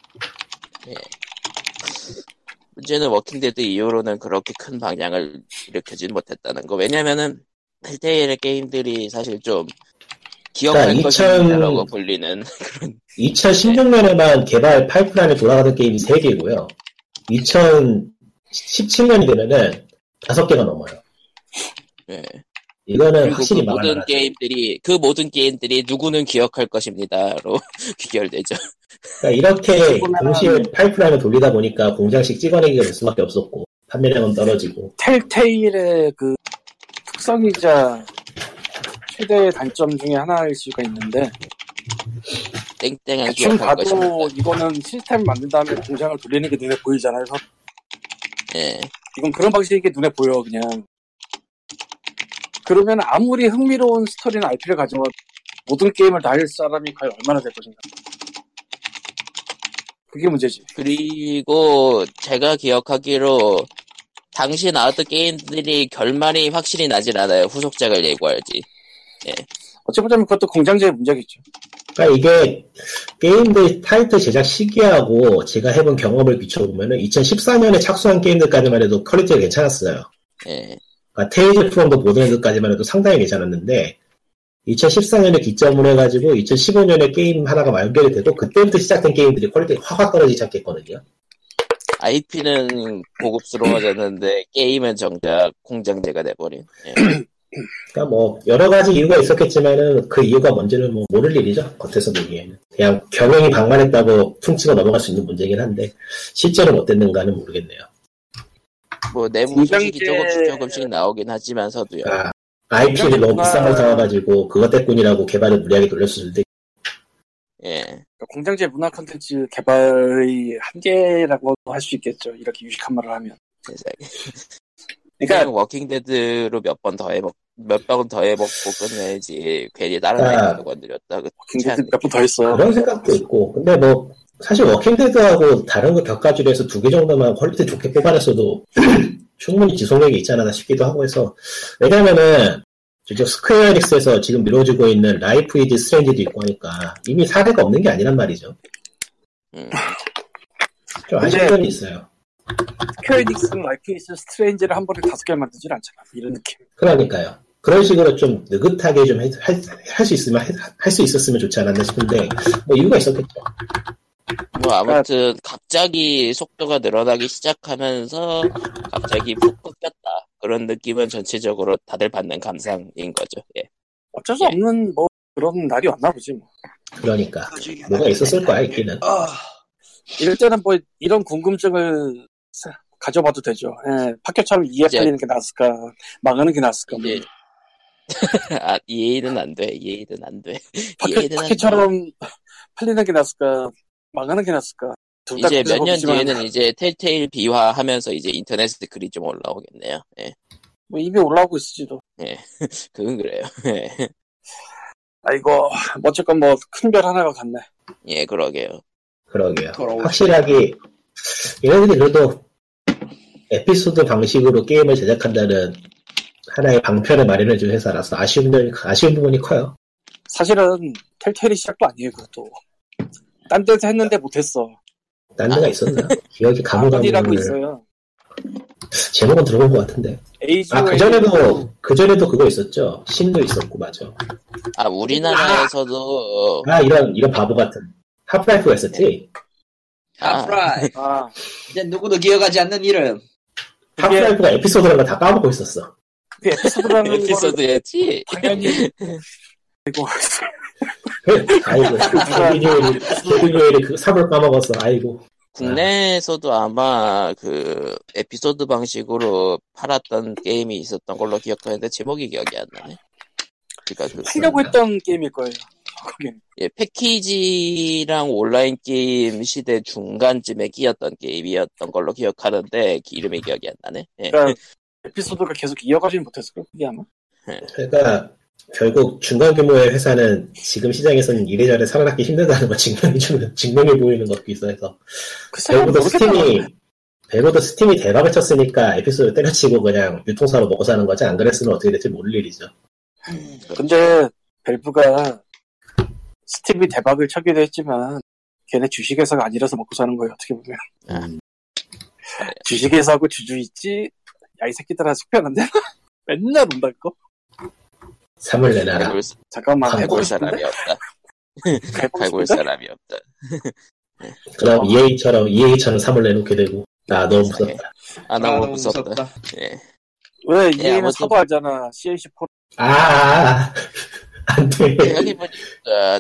S1: 문제는 워킹데드 이후로는 그렇게 큰 방향을 일으키진 못했다는 거. 왜냐면은, 헬테일의 게임들이 사실 좀, 기억할
S4: 그러니까
S1: 것이
S4: 2000
S1: 있다라고 불리는,
S4: 2016년에만 개발 파이프라인에 돌아가던 게임이 3개고요. 2017년이 되면은 5개가 넘어요.
S1: 예.
S4: 이거는
S1: 그리고 그
S4: 네, 확실히
S1: 모든
S4: 막아놔라.
S1: 게임들이, 그 모든 게임들이 누구는 기억할 것입니다로 [LAUGHS] 귀결되죠.
S4: 그러니까 이렇게
S2: 보면은-
S4: 동시에 파이프라인을 돌리다 보니까 공장식 찍어내기가 될 수밖에 없었고 판매량은 떨어지고
S2: 텔테일의 그 특성이자 최대의 단점 중에 하나일 수가 있는데
S1: 땡땡한
S2: 대충
S1: 기억할
S2: 봐도
S1: 것입니다.
S2: 이거는 시스템 만든 다음에 공장을 돌리는 게 눈에 보이잖아요. 그래서
S1: 예.
S2: 이건 그런 방식인 게 눈에 보여 그냥. 그러면 아무리 흥미로운 스토리나 IP를 가져와도 모든 게임을 다 할 사람이 과연 얼마나 될 것인가. 그게 문제지.
S1: 그리고 제가 기억하기로 당시 나왔던 게임들이 결말이 확실히 나질 않아요. 후속작을 예고할지.
S2: 어찌보자면 그것도 공장제의 문제겠죠.
S4: 그러니까 이게 게임들 타이틀 제작 시기하고 제가 해본 경험을 비춰보면은 2014년에 착수한 게임들까지만 해도 퀄리티가 괜찮았어요.
S1: 예.
S4: 그러니까 테이즈 프롬 더 보드랜드까지만 해도 상당히 괜찮았는데 2014년에 기점으로 해가지고 2015년에 게임 하나가 완결이 되고 그때부터 시작된 게임들이 퀄리티가 확확 떨어지기 시작했거든요.
S1: IP는 고급스러워졌는데 게임은 정작 공장제가 돼버린. 예.
S4: 그러니까 뭐 여러 가지 이유가 있었겠지만은 그 이유가 뭔지는 뭐 모를 일이죠. 겉에서 보기에는 그냥 경영이 방만했다고 퉁치고 넘어갈 수 있는 문제긴 한데 실제로는 어땠는가는 모르겠네요.
S1: 뭐 내부 소식이
S2: 공장제-
S1: 조금씩 조금씩 나오긴 하지만서도요.
S4: 그러니까 IP를 너무 비싼 걸 사와가지고 그것 때문이라고 개발을 무리하게 돌렸을 수도 있고
S1: 예.
S2: 그러니까 공장제 문화 콘텐츠 개발의 한계라고 할 수 있겠죠. 이렇게 유식한 말을 하면.
S1: 세상에.
S2: 그러니까
S1: 그냥 워킹데드로 몇 번 더 해먹 몇 번 더 해먹고 끝내야지 괜히 다른
S2: 그러니까
S4: 아.
S1: 아이템도 건드렸다. 그
S2: 공장제 뭐 몇 번 더 했어.
S4: 그런 생각도 있고 근데 뭐 사실 워킹데드하고 다른 거 격가지로 해서 두 개 정도만 퀄리티 좋게 뽑아냈어도 [CLEARS THROAT] 충분히 지속력이 있지 않나 싶기도 하고 해서 왜냐면은 저쪽 스퀘어 에닉스에서 지금 미뤄지고 있는 라이프 이즈 스트레인지도 있고 하니까 이미 사례가 없는 게 아니란 말이죠
S1: 음.
S4: 좀 아쉬운
S2: 근데-
S4: 점이 있어요
S2: 스퀘어닉스는 라이프이스 스트레인지를 한 번에 다섯 개 만들진 않잖아. 이런 느낌.
S4: 그러니까요 그런 식으로 좀 느긋하게 좀 할 수 있으면 할 수 있었으면 좋지 않았나 싶은데 뭐 이유가 있었겠죠
S1: 뭐
S2: 그러니까
S1: 아무튼 갑자기 속도가 늘어나기 시작하면서 갑자기 푹 꺾였다 그런 느낌은 전체적으로 다들 받는 감상인 거죠. 예.
S2: 어쩔 수 없는 뭐 그런 날이 왔나 보지 뭐.
S4: 그러니까 뭐가 있었을 거야 있기는
S3: 아,
S2: 이럴 때는 뭐 이런 궁금증을 사- 가져봐도 되죠. 예, 팟캐처럼 이해
S1: 이제-
S2: 팔리는 게 나았을까, 망하는 게 나았을까. 뭐.
S1: 이제 [LAUGHS] 아 예의는 안 돼. 예의는 안
S2: [LAUGHS]
S1: 돼.
S2: 팟캐,
S1: 이해는
S2: 팟캐처럼 팔리는 게 나았을까, 망하는 게 나았을까. 둘다
S1: 이제 몇 년 뒤에는 이제 텔테일 비화하면서 이제 인터넷 글이 좀 올라오겠네요. 예.
S2: 뭐 이미 올라오고 있을지도.
S1: 그건 그래요. 예.
S2: 아이고, 뭐 어쨌건 뭐 큰 별 하나가 갔네.
S1: 예, 그러게요.
S4: 그러게요.
S3: 돌아오죠.
S4: 확실하게 얘네들이 그래도 에피소드 방식으로 게임을 제작한다는 하나의 방편을 마련해준 회사라서 아쉬운 면 아쉬운 부분이 커요.
S2: 사실은 텔테일이 시작도 아니에요, 그것도. 딴 데서 했는데 못했어.
S4: 딴 데가
S2: [LAUGHS]
S4: 있었나? 기억이
S2: 아군이라고
S4: 가물가물.
S2: 있어요.
S4: 제목은 들어본 것 같은데.
S2: 에이즈
S4: 아 그전에도 그전에도 그거 있었죠. 신도 있었고 맞아.
S1: 아 우리나라에서도
S4: 아 이런 이런 바보 같은 하프라이프가
S2: 네.
S4: 있었지.
S3: 하프라이.
S2: 아,
S3: 이제 누구도 기억하지 않는 이름.
S2: 그게,
S4: 하프라이프가 에피소드라는 걸 다 까먹고 있었어.
S2: 그게
S1: [LAUGHS]
S2: 에피소드라는 거를
S1: 에피소드였지.
S2: 당연히 [LAUGHS]
S4: 그 아이고. 조기조엘이 조기조엘이 그 삽을 까먹었어. 아이고.
S1: 국내에서도 아마 그 에피소드 방식으로 팔았던 게임이 있었던 걸로 기억하는데 제목이 기억이 안 나네. 그러니까 그
S2: 하려고 했던 게임일 거예요. 거긴.
S1: 예, 패키지랑 온라인 게임 시대 중간쯤에 끼었던 게임이었던 걸로 기억하는데 이름이 기억이 안 나네. 예.
S2: 그러니까 에피소드가 계속 이어가지는 못했을 거예요. 그게 아마.
S4: 그러니까 결국 중간 규모의 회사는 지금 시장에서는 이래저래 살아남기 힘들다는 걸 증명해 주는 증명해 보이는 것도 있어 해서
S2: 그 사람
S4: 배우도
S2: 모르겠다.
S4: 스팀이 배우도 스팀이 대박을 쳤으니까 에피소드 때려치고 그냥 유통사로 먹고 사는 거지 안 그랬으면 어떻게 될지 모를 일이죠.
S2: 근데 벨브가 스팀이 대박을 쳐기도 했지만 걔네 주식회사가 아니라서 먹고 사는 거예요. 어떻게 보면.
S1: 음.
S2: 주식회사하고 주주 있지. 야 이 새끼들아 속편한데 [LAUGHS] 맨날 온다 그거.
S4: 삼을
S2: 네,
S4: 내놔라.
S2: 그렇죠.
S1: 갈굴,
S2: 잠깐만 해보고
S1: 갈굴
S2: 아, 싶은데.
S1: 사람이 없다.
S2: 해보고
S1: 갈굴
S2: 싶은데?
S1: 사람이 없다.
S4: 그럼 EA처럼 EA처럼 삼을 내놓게 되고 아 너무 무섭다.
S1: 아, 나 너무 무섭다. 예.
S2: 왜
S1: 예,
S2: 이해는
S1: 아무튼-
S2: 사과하잖아. CNC 포
S4: 아안 [LAUGHS] 돼.
S1: 예,
S4: 아,
S1: 생각해보니까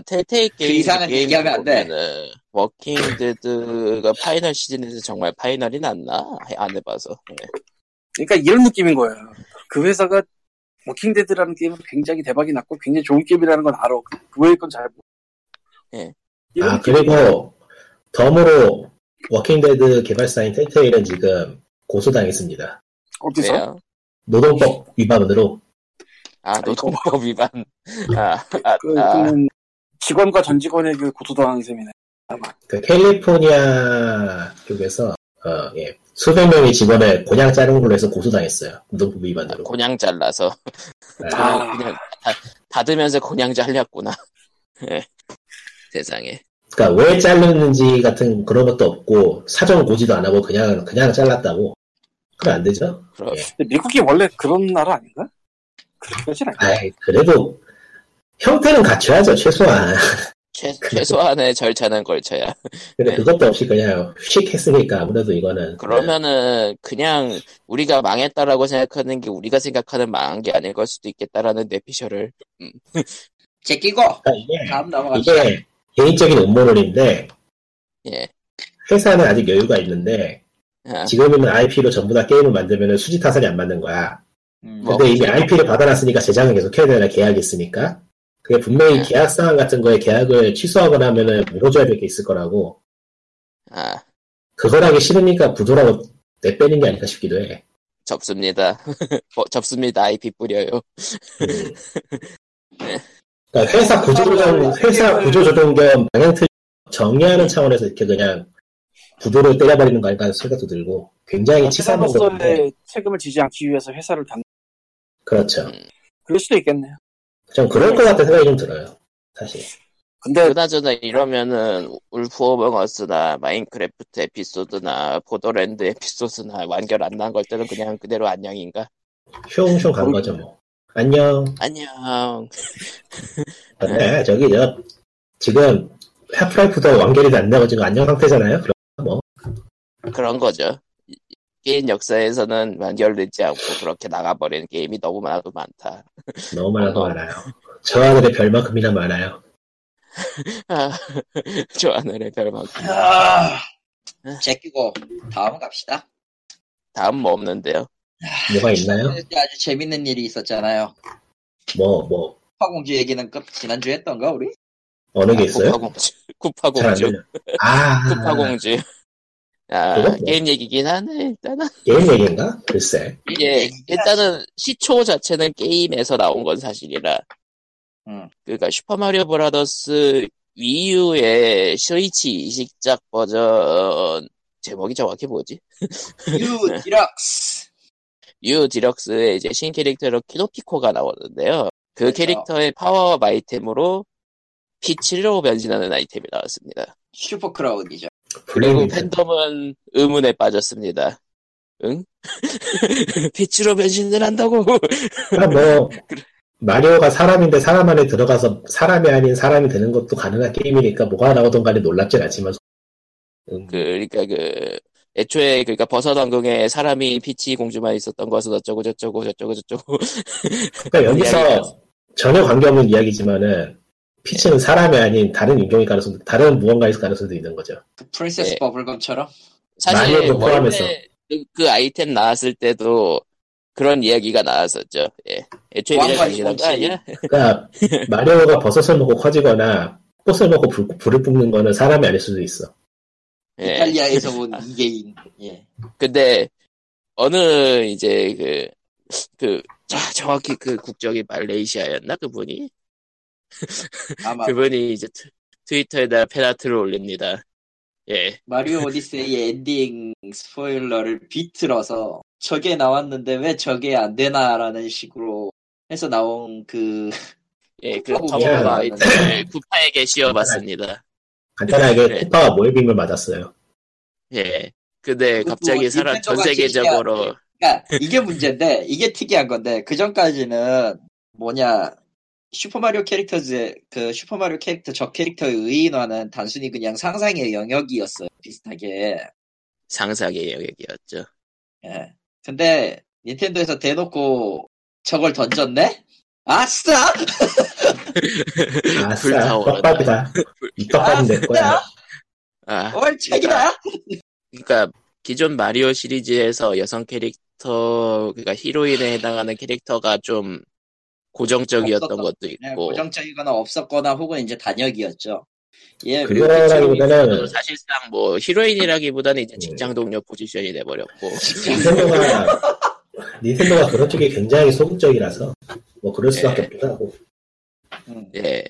S1: 텔테일 뭐, 어, 게임
S3: 그 이상은 얘기하면 안 돼.
S1: 보면은 워킹 데드가 파이널 시즌에서 정말 파이널이 났나? 안 해봐서. 예.
S2: 그러니까 이런 느낌인 거예요. 그 회사가 워킹데드라는 게임은 굉장히 대박이 났고 굉장히 좋은 게임이라는 건 알아. 그 외의 건잘 모르.
S1: 예.
S2: 이런
S4: 아
S2: 느낌.
S4: 그리고 덤으로 워킹데드 개발사인 텐테일은 지금 고소당했습니다.
S2: 어디서?
S1: 왜요?
S4: 노동법 위반으로
S1: 아, 노동법 [LAUGHS] 위반. 아, 아,
S2: 그,
S1: 아.
S2: 그는 직원과 전 직원에게 고소당한 셈이네.
S4: 그 캘리포니아 쪽에서 어, 예, 수백 명의 직원을 고냥 자른 걸로 해서 고소당했어요. 노동법 위반으로.
S1: 곤양 잘라서.
S4: 아,
S2: 아.
S1: 그냥 다, 받으면서 곤양 잘렸구나. [LAUGHS] 예. 세상에.
S4: 그러니까 왜 잘랐는지 같은 그런 것도 없고 사전 고지도 안 하고 그냥 그냥 잘랐다고. 그럼 안 되죠?
S1: 그럼,
S2: 근데 미국이 원래 그런 나라 아닌가? 그렇게까지 않아.
S4: 아이, 그래도 형태는 갖춰야죠 최소한. [LAUGHS]
S3: [LAUGHS]
S1: 최, 최소한의 절차는 걸쳐야.
S4: 근데
S1: 네.
S4: 그것도 없이 그냥 휴식했으니까 아무래도 이거는
S1: 그러면은 그냥 우리가 망했다라고 생각하는 게 우리가 생각하는 망한 게 아닐 걸 수도 있겠다라는 뇌피셜을
S3: 제끼고
S4: 그러니까 이게,
S3: 다음 넘어갑시다.
S4: 이게 개인적인 음모론인데
S1: 예.
S4: 회사는 아직 여유가 있는데
S1: 아,
S4: 지금은 IP로 전부 다 게임을 만들면 수지 타산이 안 맞는 거야.
S3: 음,
S1: 뭐.
S4: 근데 이미 IP를 받아놨으니까 제작은 계속 해야 되나 계약이 있으니까. 그게 분명히
S1: 네.
S4: 계약 사항 같은 거에 계약을 취소하거나 하면은 물어줘야 될 게 있을 거라고.
S1: 아,
S4: 그걸 하기 싫으니까 부도라고 내빼는 게 아닐까 싶기도 해.
S1: 접습니다. [LAUGHS] 어, 접습니다. IP 뿌려요. 네,
S4: 그러니까 회사 구조조정, 회사 구조조정 겸 방향 틀 정리하는 차원에서 이렇게 그냥 구도를 때려버리는 거 아닐까 하는 생각도 들고 굉장히 치사한 네. 건데
S2: 그 회사로서의 책임을 지지 않기 위해서 회사를 단.
S4: 그렇죠.
S2: 그럴 수도 있겠네요.
S4: 좀 그럴 것 같은 생각이 좀 들어요. 사실.
S2: 근데
S1: 그나저나 이러면은 울프 오버머스나 마인크래프트 에피소드나 보더랜드 에피소드나 완결 안 난 걸 때는 그냥 그대로 안녕인가?
S4: 슝슝 간 거죠 뭐. 안녕.
S1: 안녕.
S4: 네, 저기 저 지금 하프라이프도 완결이 안 나고 지금 안녕 상태잖아요. 그럼 뭐
S1: 그런 거죠. 이- 이 게임 역사에서는 완결되지 않고 그렇게 나가버리는 게임이 너무나도 많다. [LAUGHS]
S4: 너무 많아도 많아요. 저 하늘에 별만큼이나 많아요.
S1: 아, 저 하늘의 별만큼.
S3: 아, 제끼고 다음 갑시다.
S1: 다음 뭐 없는데요.
S4: 뭐가 있나요?
S3: 그 아주 재밌는 일이 있었잖아요.
S4: 뭐 뭐
S3: 파공주 얘기는 끝 지난주 에 했던가 우리?
S4: 어느 게 있어요?
S1: 쿠파공주.
S4: 잘 안
S1: 쿠파공주.
S4: 들려. 아
S1: 쿠파공주. 아,
S4: 그건 뭐.
S1: 게임 얘기긴 하네, 일단은.
S4: 게임 얘기인가? 글쎄.
S1: 예, 일단은 시초 자체는 게임에서 나온 건 사실이라.
S3: 음.
S1: 그러니까 슈퍼마리오 브라더스 위유의 스위치 이식작 버전, 제목이 정확히 뭐지?
S3: 유 디럭스.
S1: 유 디럭스의 이제 신 캐릭터로 키노피코가 나오는데요. 그
S3: 그렇죠.
S1: 캐릭터의 파워업 아이템으로 피치로 변신하는 아이템이 나왔습니다.
S3: 슈퍼 크라우드죠.
S1: 그리고
S4: 블랙
S1: 팬덤은 의문에 빠졌습니다. 응? [LAUGHS] 빛으로 변신을 한다고? [LAUGHS]
S4: 아, 뭐 마리오가 사람인데 사람 안에 들어가서 사람이 아닌 사람이 되는 것도 가능한 게임이니까 뭐가 나오든 간에 놀랍진 않지만 음,
S1: 그러니까 그 애초에 그러니까 버섯왕궁에 사람이 피치 공주만 있었던 것은 어쩌고 저쩌고 [LAUGHS] 저쩌고 저쩌고
S4: 그러니까 여기서 전혀 관계없는 이야기지만은 피치는 사람이 아닌 다른 인종일 가능성도 다른 무언가일 가능성도 있는 거죠.
S3: 그 프린세스
S1: 네.
S3: 버블검처럼
S1: 사실
S4: 마녀도
S1: 원래
S4: 포함해서.
S1: 그, 그 아이템 나왔을 때도 그런 이야기가 나왔었죠. 예. 애초에 미래가
S3: 왕관이
S1: 아니라는 거
S3: 뭔지.
S1: 아니야? [LAUGHS]
S4: 그러니까 마리오가 버섯을 먹고 커지거나 꽃을 먹고 불, 불을 뿜는 거는 사람이 아닐 수도 있어.
S1: 예.
S3: 이탈리아에서
S1: [LAUGHS]
S3: 온 이계인 예.
S1: 근데 어느 이제 그, 그 자, 정확히 그 국적이 말레이시아였나 그분이
S3: 아마
S1: 그분이 이제 트, 트위터에다 페라트를 올립니다. 예.
S3: 마리오 오디세이의 엔딩 스포일러를 비틀어서 저게 나왔는데 왜 저게 안 되나라는 식으로 해서 나온 그
S1: 예, 그
S3: 쿠파고
S1: 정보가
S4: 미안하다.
S3: 네.
S1: 아이템을 쿠파에게 씌워봤습니다.
S4: 간단하게
S1: 네.
S4: 쿠파가
S1: [LAUGHS]
S4: 모해빔을 맞았어요.
S1: 예. 근데
S3: 그리고
S1: 갑자기 사람 전
S3: 닌텐도가
S1: 세계적으로
S3: 그러니까 이게 문제인데 이게 특이한 건데 그 전까지는 뭐냐 슈퍼마리오 캐릭터즈의 그 슈퍼마리오 캐릭터 저 캐릭터의 의인화는 단순히 그냥 상상의 영역이었어요 비슷하게
S1: 상상의 영역이었죠.
S3: 예. 근데 닌텐도에서 대놓고 저걸 던졌네 아싸
S4: 아싸,
S1: 불타오르다.
S4: 떡밥이다. 이 떡밥은 내 거야.
S1: 아,
S3: 어? 월책이다
S1: 그러니까 기존 마리오 시리즈에서 여성 캐릭터, 그러니까 히로인에 해당하는 캐릭터가 좀 고정적이었던
S3: 없었던-
S1: 것도
S3: 네,
S4: 뭐.
S1: 있고,
S3: 고정적이거나 없었거나 혹은 이제 단역이었죠 예
S1: 또
S4: 그거라기보다는
S1: 사실상 뭐 히로인이라기보다는 이제
S4: 음.
S1: 직장 동료 포지션이
S3: [LAUGHS]
S1: 돼버렸고, 네,
S4: 닌텐도가 닌텐도가 그런 쪽이 굉장히 소극적이라서 뭐 그럴 수밖에
S1: 예.
S4: 없기도 하고
S3: 음.
S1: 예.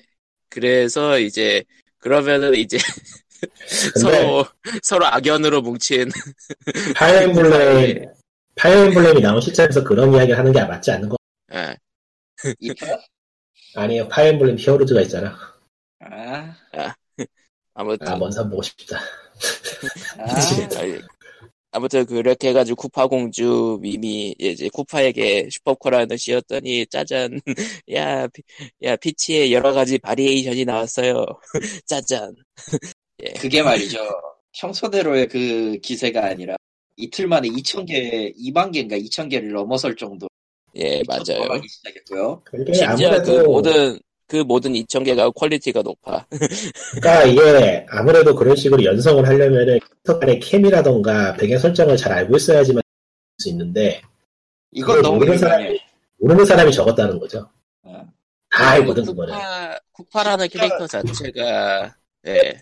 S1: 그래서 이제 그러면은 이제 [LAUGHS]
S4: 근데
S1: 서로 서로 악연으로 뭉친 네.
S4: 파이어엠블렘 파이어엠블렘이 나온 시점에서 그런 이야기를 하는 게 맞지 않는 거
S1: 예.
S3: 이 편?
S4: 아니에요 파이어엠블렘 히어로즈가 있잖아
S3: 아,
S1: 아무튼
S4: 아 먼산 보고 싶다
S3: 아.
S4: 예.
S1: 아이, 예. 아무튼 그렇게 해가지고 쿠파 공주 미미 예, 이제 쿠파에게 슈퍼코라는 씌웠더니 짜잔 [LAUGHS] 야, 피- 야 피치의 여러 가지 바리에이션이 나왔어요 [LAUGHS] 짜잔
S3: 그게 말이죠. 평소대로의 그 기세가 아니라 이틀 만에 2,000개, 2만 개인가 2,000개를 넘어설 정도.
S1: 예 맞아요
S3: 넘어가기 시작했고요.
S4: 그게
S1: 심지어 그
S4: 예, 아무래도
S1: 모든 그 모든 2,000개가 퀄리티가 높아
S4: 그러니까 이게 아무래도 그런 식으로 연성을 하려면은 캐릭터 간의 캠이라던가 배경 설정을 잘 알고 있어야지만 할수 있는데
S3: 이건 너무
S4: 모르는
S3: 유명해.
S4: 모르는 사람이 적었다는 거죠
S3: 어.
S4: 다 알거든 그거는
S1: 쿠파 쿠파라는 캐릭터 자체가 예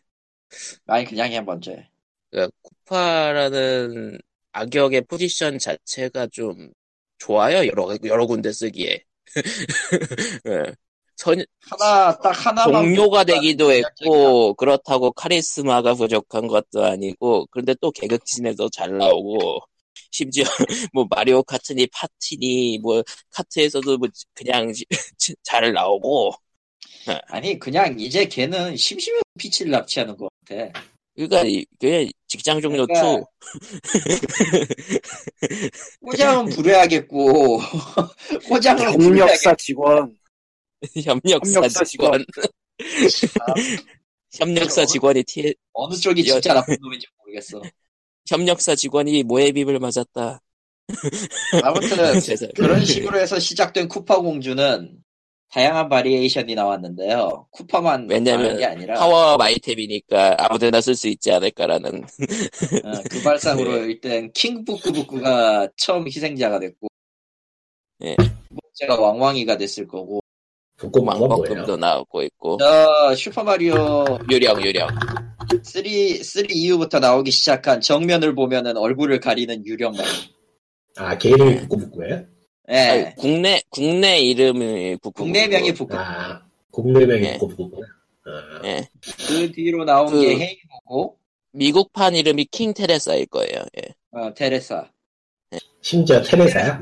S3: 아니, 그냥 해, 먼저 해.
S1: 그 쿠파라는 악역의 포지션 자체가 좀 좋아요 여러 여러 군데 쓰기에 [LAUGHS] 예. 선,
S3: 하나, 딱 하나만.
S1: 동료가 되기도
S3: 시작했다.
S1: 했고 그렇다고 카리스마가 부족한 것도 아니고 그런데 또 개그씬에도 잘 나오고 심지어 [LAUGHS] 뭐 마리오 카트니 파티니 뭐 카트에서도 뭐 그냥 잘 나오고
S3: 아니, 그냥 이제 걔는 심심해서 피치를 납치하는 것 같아.
S1: 그러니까 이- 그냥 직장 종료
S3: 그러니까
S1: 투
S3: 꼬장은 불해야겠고, [LAUGHS] 꼬장은 불해야겠고.
S2: 협력사 직원,
S1: [LAUGHS] 협력사
S2: 협력사
S1: 직원 그렇죠.
S2: 직원.
S1: 협력사 직원이 티,
S3: 어느 쪽이 진짜 나쁜 놈인지 모르겠어.
S1: 협력사 직원이 모해빕을 맞았다 [LAUGHS]
S3: 아무튼,
S1: 죄송해요.
S3: 그런 식으로 해서 시작된 쿠파 공주는 다양한 바리에이션이 나왔는데요. 쿠파만
S1: 왜냐면
S3: 나온 게 아니라
S1: 파워업 아이템이니까 아무데나 쓸 수 있지 않을까라는
S3: 어, 그
S1: [LAUGHS]
S3: 발상으로
S1: 네.
S3: 일단 킹부쿠부쿠가 처음 희생자가 됐고 뭐
S1: 예.
S3: 제가 왕왕이가 됐을 거고
S4: 북극 망건 뭐예요?
S1: 왕복금도 나오고 있고
S3: 저 슈퍼마리오
S1: 유령 유령
S3: 3, 3 이후부터 나오기 시작한 정면을 보면은 얼굴을 가리는 유령만
S4: 아, 개
S3: 네.
S4: 이름이 북구북구예요?
S1: 아니,
S3: 예.
S1: 국내 국내 이름이 북극
S3: 국내명이 북극
S4: 아, 국내명이
S1: 네.
S4: 북구북구구나. 어,
S1: 예.
S3: 그 뒤로 나온
S1: 그-
S3: 게 헤이모고
S1: 미국판 이름이 킹 테레사일 거예요. [LAUGHS] 예.
S3: 어, 테레사
S4: 심지어 테레사야?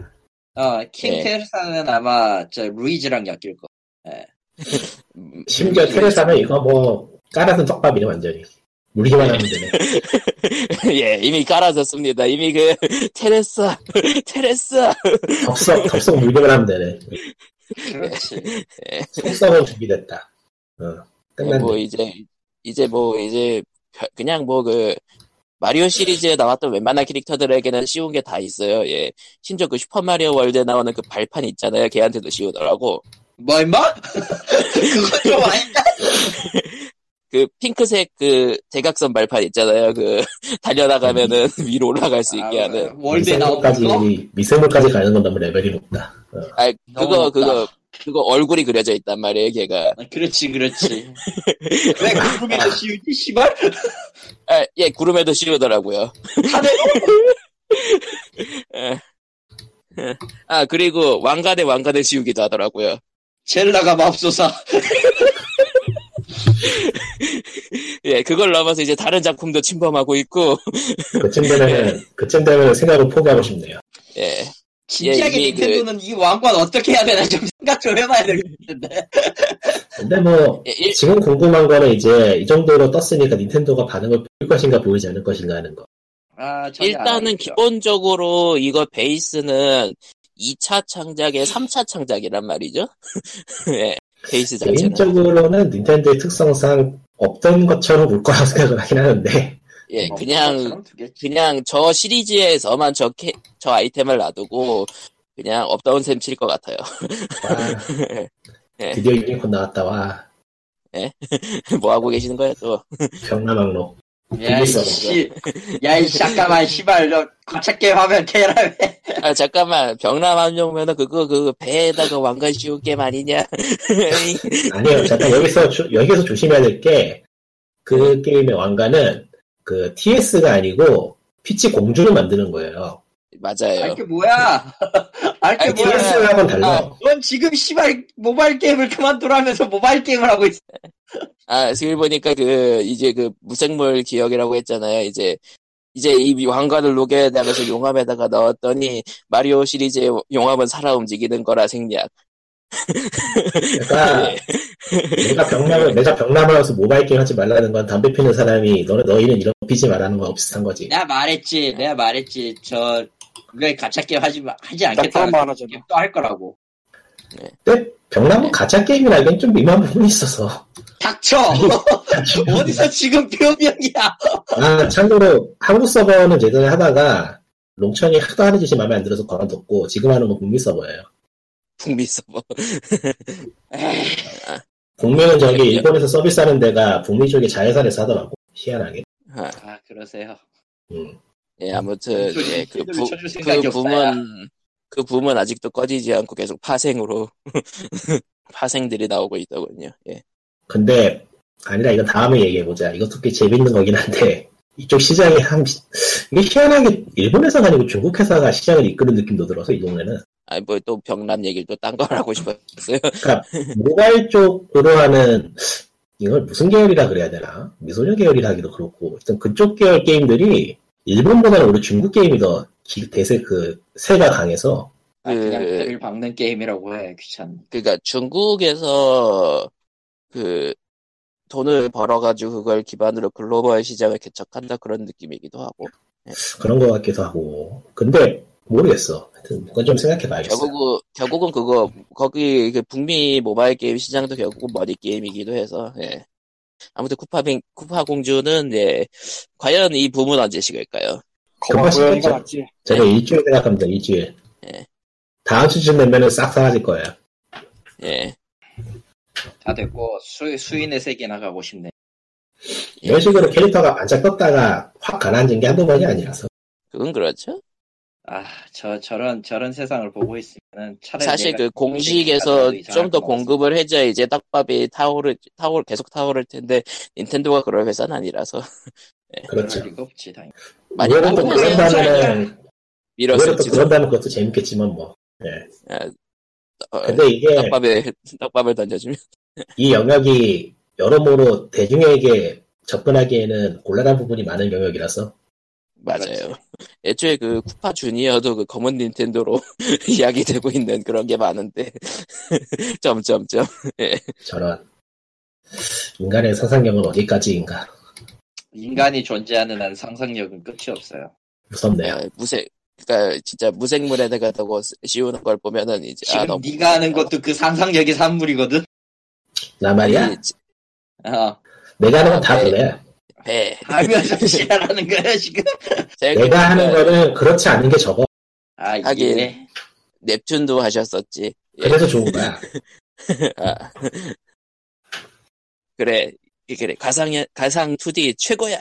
S3: 어, 킹
S1: 예.
S3: 테레사는 아마 저 루이즈랑 엮일 거
S1: 음,
S4: 심지어
S3: 네.
S1: 음,
S4: 테레사는 이거 뭐, 깔아둔 떡밥이네, 완전히. 물기만 하면 되네.
S3: [LAUGHS]
S1: 예, 이미 깔아졌습니다. 이미 그 [LAUGHS] 테레사 [LAUGHS] 테레사
S4: 덥석, 덥석 물기만 하면 되네.
S3: 그렇지
S4: 속성은 준비됐다. 어, 끝났네.
S1: 뭐 이제 이제 뭐 이제 벼- 그냥 뭐 그 마리오 시리즈에 나왔던 웬만한 캐릭터들에게는 쉬운 게 다 있어요. 예. 심지어 그 슈퍼마리오 월드에 나오는 그 발판 있잖아요. 걔한테도 쉬우더라고.
S3: [LAUGHS] 뭐 임마? 그건 좀 아니다.
S1: 그 핑크색 그 대각선 발판 있잖아요. 그 [LAUGHS] 달려나가면은
S3: 음.
S1: 위로 올라갈 수
S3: 아,
S1: 있게 하는.
S3: 월드에 나온 거?
S4: 미세물까지 가는 건 너무 레벨이 높다. 어.
S1: 아
S3: 너무
S1: 그거 그거 그거 얼굴이 그려져 있단 말이에요. 걔가.
S3: 아, 그렇지 그렇지. 왜 궁금해서 씌우지 씨발?
S1: 아, 예 구름에도 씌우더라고요. [LAUGHS] 예.
S3: 다들
S1: 아 그리고 왕관에 왕관을 씌우기도 하더라고요.
S3: 젤라가 맙소사.
S1: 예 그걸 넘어서 이제 다른 작품도 침범하고 있고. [LAUGHS]
S4: 그쯤 되면 그쯤 되면 생각을 포기하고 싶네요.
S1: 예.
S3: 진지하게
S1: 이미 그-
S3: 닌텐도는 이 왕관 어떻게 해야 되나 좀 생각 좀 해봐야 되겠는데.
S4: 근데 뭐
S1: 예, 일-
S4: 지금 궁금한 거는 이제 이 정도로 떴으니까 닌텐도가 반응을 보일 것인가 보이지 않을 것인가 하는 거.
S3: 아, 전혀 안
S1: 일단은
S3: 알겠죠.
S1: 기본적으로 이거 베이스는 2차 창작의 3차 창작이란 말이죠. [LAUGHS] 예,
S4: 네,
S1: 베이스 자체는.
S4: 개인적으로는 닌텐도의 특성상 없던 것처럼 올 거라고 [LAUGHS] 생각을 하긴 하는데
S1: 예,
S3: 뭐,
S1: 그냥,
S3: 그것처럼 두겠지.
S1: 그냥 저 시리즈에서만 저, 캐, 저 아이템을 놔두고 그냥 업다운 셈 칠 것 같아요. [LAUGHS]
S4: 와,
S1: 예.
S4: 드디어 유니콘 나왔다 와
S1: 뭐 하고 계시는 거예요, 또.
S4: 병나망로
S3: 야, 이 씨. 뭐, 야, 이 잠깐만, 씨발, 너, 거창게 화면 캐라, 왜.
S1: 아, 잠깐만. 병남 한정면은 그거, 그 배에다가 왕관 씌울 게임 아니냐. [LAUGHS]
S4: 아니요, 잠깐 여기서 조- 여기서 조심해야 될 게 그 게임의 왕관은 그 TS가 아니고 피치 공주를 만드는 거예요.
S1: 맞아요.
S3: 알게 그 뭐야. [LAUGHS] 알게
S1: 아니,
S3: 뭐야.
S1: 그거는-
S4: TS랑은 달라. 요
S3: 넌 지금, 씨발, 모바일 게임을 그만두라면서 모바일 게임을 하고 있어.
S1: 아, 지금 보니까 그, 이제 그, 무생물 기억이라고 했잖아요. 이제, 이제 이 왕관을 녹여내면서 용암에다가 넣었더니, 마리오 시리즈의 용암은 살아 움직이는 거라 생략. [LAUGHS]
S4: 그러니까 내가 병남을 내가 병남하면서 모바일 게임 하지 말라는 건 담배 피는 사람이 너는 너희는 이런 거 피지 말라는 거랑 비슷한 거지.
S3: 내가 말했지, 내가 말했지. 저, 왜 가창게 하지, 마- 하지
S2: 그런
S3: 않겠다고.
S2: 말 하잖아.
S3: 또할 거라고.
S4: 근데 병남은 가짜 게임이라기엔 좀 미만 부분이 있어서.
S1: [LAUGHS]
S3: 닥쳐! 어디서 지금 표명이야.
S4: 아 참고로 한국 서버는 예전에 하다가 롱천이 하도 하는 짓이 마음에 안 들어서 관뒀고 지금 하는 건 북미 서버예요.
S1: 북미 서버.
S4: 북미는 저기 일본에서 서비스하는 데가 북미 쪽에 자회사에서 하더라고 희한하게.
S1: 아,
S3: 아, 그러세요.
S4: 음.
S1: 예, 아무튼, 예, 그,
S3: 힐을
S1: 부,
S3: 쳐줄 생각이
S1: 그
S3: 없다, 야.
S1: 붐은, 그 붐은 아직도 꺼지지 않고 계속 파생으로, [LAUGHS] 파생들이 나오고 있더군요. 예.
S4: 근데 아니라 이건 다음에 얘기해 보자. 이것도 꽤 재밌는 거긴 한데 이쪽 시장이 한 이게 희한하게 일본 회사가 아니고 중국 회사가 시장을 이끄는 느낌도 들어서 이 동네는
S1: 아, 뭐 또 병남 얘기를 또 딴 걸 하고 싶었어요.
S4: 모바일 쪽으로 하는 이걸 무슨 계열이라 그래야 되나 미소녀 계열이라 하기도 그렇고 일단 그쪽 계열 게임들이 일본보다는 우리 중국 게임이 더 기- 대세 그 세가 강해서
S3: 아, 그냥
S1: 그-
S3: 그를 박는 게임이라고 해, 귀찮네.
S1: 그러니까 중국에서 그 돈을 벌어가지고 그걸 기반으로 글로벌 시장을 개척한다 그런 느낌이기도 하고
S4: 그런 것 같기도 하고 근데 모르겠어. 하여튼 그건 좀 생각해 봐야겠어.
S1: 결국은 결국은 그거 거기 그 북미 모바일 게임 시장도 결국은 머니 게임이기도 해서 예. 아무튼 쿠파빙 쿠파 공주는 예 과연 이 부문 언제 식을까요?
S2: 거봐
S4: 그거
S2: 고양이가
S4: 진짜-
S2: 낫지.
S4: 제가 일주일 생각합니다. 일주일.
S1: 예.
S4: 다음 주쯤 되면은 싹 사라질 거예요.
S1: 예
S3: 다 됐고 수, 수인의 세계나 가고 싶네.
S1: 예.
S4: 이런 네, 식으로 캐릭터가 반짝 떴다가 확 가라앉은 게 한두 번이 아니라서.
S1: 그건 그렇죠.
S3: 아 저 저런 저런 세상을 보고 있으면 차라리
S1: 사실
S3: 내가
S1: 그 공식에서
S3: 이상할
S1: 좀 더
S3: 것 같아서.
S1: 공급을 해줘야 이제 떡밥이 타오르 타올 계속 타오를 텐데 닌텐도가 그럴 회사는 아니라서
S3: 그럴
S4: 그렇죠.
S3: 리가 없지 당연히.
S1: 네. 많이
S4: 의외로 또
S1: 타오르네요. 네.
S4: 그런다면은, 의외로 또
S1: 밀었을지도
S4: 그런다면 그것도 재밌겠지만 뭐.
S1: 어,
S4: 아, 근데 이게
S1: 떡밥에 [LAUGHS] 떡밥을 던져주면 [LAUGHS]
S4: 이 영역이 여러모로 대중에게 접근하기에는 곤란한 부분이 많은 영역이라서.
S1: 맞아요. 애초에 그 쿠파 주니어도 그 검은 닌텐도로 [LAUGHS] 이야기되고 있는 그런 게 많은데 [LAUGHS] 점점점
S4: 저런. 인간의 상상력은 어디까지인가.
S3: 인간이 존재하는 한 상상력은 끝이 없어요.
S4: 무섭네요.
S1: 어, 무색 그러니까 진짜 무생물에다가 더고 씌우는 걸 보면은 이제
S3: 지금
S1: 아 너무
S3: 네가 하는 것도 그 상상력이 산물이거든.
S4: 나 말이야?
S3: 어.
S4: 내가 하는 건 다
S1: 네.
S4: 그래.
S1: 배 [LAUGHS]
S3: 하면서 지랄하는 거야 지금.
S1: 제가 그러니까
S4: 내가 하는 거는 그렇지 않은 게 적어.
S3: 아
S1: 하긴.
S3: 이게
S1: nep툰도 하셨었지. 예. [LAUGHS]
S4: 그래서 좋은 거야.
S1: 아. 그래 그래 가상 가상 2D 최고야 [LAUGHS]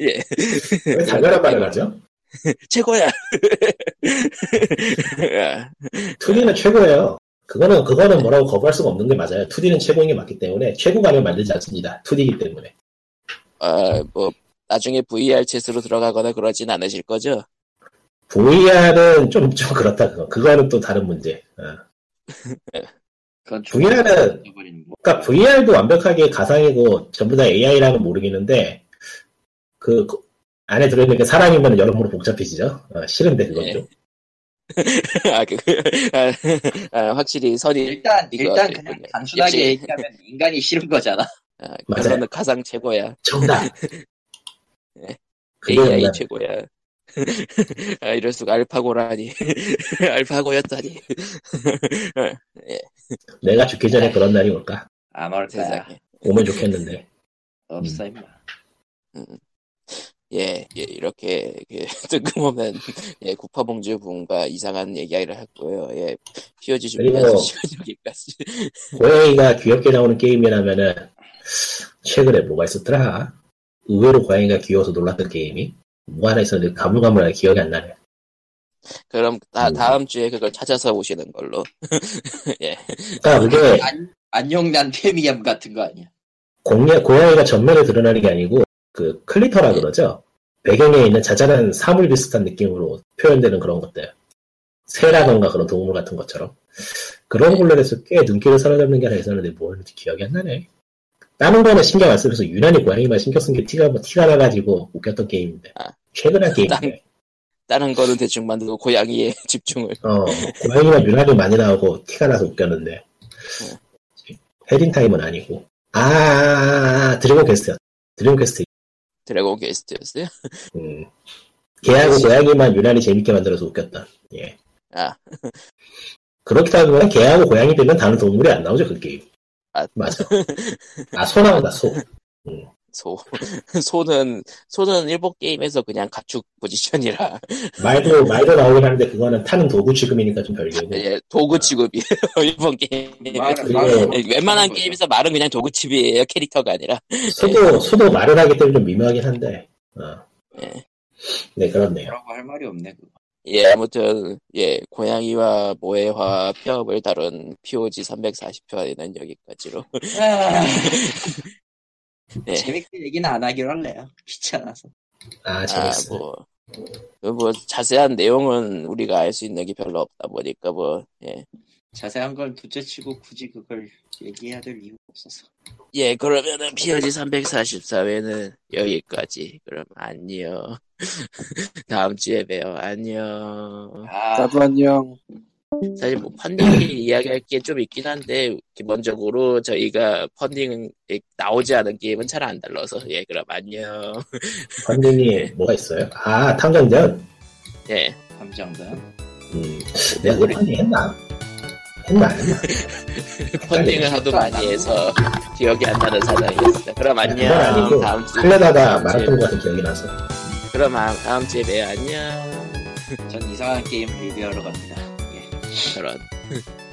S1: 예
S4: 왜 달려라 말을 하죠?
S1: 최고야 [LAUGHS] 아.
S4: 2D는 최고예요. 그거는 그거는 뭐라고 거부할 수가 없는 게 맞아요. 2D는 최고인 게 맞기 때문에 최고감을 만들지 않습니다. 2D이기 때문에.
S1: 아, 뭐 나중에 VR 채스로 들어가거나 그러진 않으실 거죠? [LAUGHS]
S4: VR은 좀, 좀 그렇다, 그거. 그거는 또 다른 문제. 어.
S3: 그건
S4: VR 은-
S3: 잊어버리는 뭐. 거.
S4: 그러니까 VR도 완벽하게 가상이고 전부 다 AI라면 모르겠는데 그, 그 안에 들어있는 게 사람이면 여러모로 복잡해지죠. 어, 싫은데 그건
S1: 예.
S4: 좀.
S1: 아, 그, 아, 아, 확실히 선이
S3: 일단
S1: 이거
S3: 일단
S1: 어떻게
S3: 그냥
S1: 보냐.
S3: 단순하게
S1: 역시.
S3: 얘기하면 인간이 싫은 거잖아.
S1: 아,
S4: 맞아요.
S1: 그거는 가상 최고야
S4: 정답.
S1: 예.
S4: 그게
S1: AI
S4: 옛날-
S1: 최고야 [LAUGHS] 아, 이럴 수가 알파고라니 [LAUGHS]
S4: [LAUGHS]
S1: 알파고였다니
S4: 내가 죽기 전에 그런 날이 올까?
S3: 안 올 거야.
S1: 세상에 음.
S4: 오면 좋겠는데.
S3: 없어 임마.
S1: 예, 예, 이렇게, 그 [LAUGHS] 뜬금없는, 예, 구파봉주 분과 이상한 얘기를 했고요. 예, POG 준비해서 [LAUGHS]
S4: 그리고-
S1: 시간 여기까지. [LAUGHS]
S4: 고양이가 귀엽게 나오는 게임이라면은 최근에 뭐가 있었더라? 의외로 고양이가 귀여워서 놀랐던 게임이 뭐 하나 있었는데 가물가물하게 기억이 안 나네.
S1: 그럼 다,
S4: 음.
S1: 다음 주에 그걸 찾아서 오시는 걸로.
S4: 그러니까 그게
S3: 안, 안녕난 페미엄 같은 거 아니야?
S4: 공략, 고양이가 전면에 드러나는 게 아니고 그 클리터라 그러죠. 배경에 있는 자잘한 사물 비슷한 느낌으로 표현되는 그런 것들. 새라던가 그런 동물 같은 것처럼. 그런 걸로 해서 꽤 눈길을 사로잡는 게 하나 있었는데 뭐였는지 기억이 안 나네. 다른 거는 신경 안 쓰면서 유난히 고양이만 신경 쓴 게 티가, 티가 나가지고 웃겼던 게임인데.
S1: 아.
S4: 최근한 게임인데.
S1: 다른 거는 대충 만들고 고양이에 [LAUGHS] 집중을.
S4: 어, 고양이만 유난히 많이 나오고 티가 나서 웃겼는데. 헤딩타임은 아니고. 아, 아, 아, 아, 드래곤 퀘스트야. 드래곤 퀘스트
S1: 드래곤 게스트였어요?
S4: 음. 개하고 고양이만 유난히 재밌게 만들어서 웃겼다. 예.
S1: 아.
S4: [LAUGHS] 그렇다 보면 개하고 고양이 되면 다른 동물이 안 나오죠, 그 게임.
S1: 아. [LAUGHS]
S4: 맞아. 아, 소 나온다, 소.
S1: 소. [LAUGHS] 소는, 소는 일본 게임에서 그냥 가축 포지션이라,
S4: 말도, 말도 나오긴 하는데 그거는 타는 도구 취급이니까 좀 별개고.
S1: 예, 도구 취급이에요. [LAUGHS] 일본 게임.
S3: 말은- 네.
S4: 말은-
S1: 예, 웬만한 게임에서 말은 그냥 도구 취급이에요. 캐릭터가 아니라.
S4: 소도, 소도 말을 하기 때문에 좀 미묘하긴 한데. 어.
S1: 예.
S4: 네, 그렇네요.
S3: 뭐라고 할 말이 없네 그거.
S1: 예, 아무튼, 예, 고양이와 모해와 폐업을 다룬 POG 340편에는 여기까지로. [LAUGHS] 네.
S3: 아. 재밌게 얘기는 안 하기로 할래요. 귀찮아서.
S4: 아,
S1: 아,
S4: 재밌어.
S1: 뭐, 그 뭐, 자세한 내용은 우리가 알 수 있는 게 별로 없다 보니까 뭐, 예.
S3: 자세한 걸 둘째치고 굳이 그걸 얘기해야 될 이유가 없어서.
S1: 예, 그러면은 POG 344회는 여기까지. 그럼 안녕. [LAUGHS] 다음 주에 봬요. 안녕.
S3: 아,
S2: 나도 안녕.
S1: 사실 뭐 펀딩이 이야기할 게 좀 있긴 한데 기본적으로 저희가 펀딩 나오지 않은 게임은 잘 안 달라서 예 그럼 안녕
S4: 펀딩이 뭐가 있어요? 아, 탐정전?
S1: 예
S3: 감정단.
S4: 음, 내가
S1: [LAUGHS]
S4: 그 펀딩 했나? 했나, 안 했나?
S1: 펀딩을 하도 많이 해서 기억이 안 나는 사장이었습니다 그럼 안녕
S4: 그건 아니고
S1: 다음 주
S4: 하려다가
S1: 다음 주에
S4: 말았던 것 같은 기억이 나서.
S1: 그럼 아- 다음 주에 봬요 안녕
S3: 전 이상한 게임 리뷰하러 갑니다. 예.
S1: 그런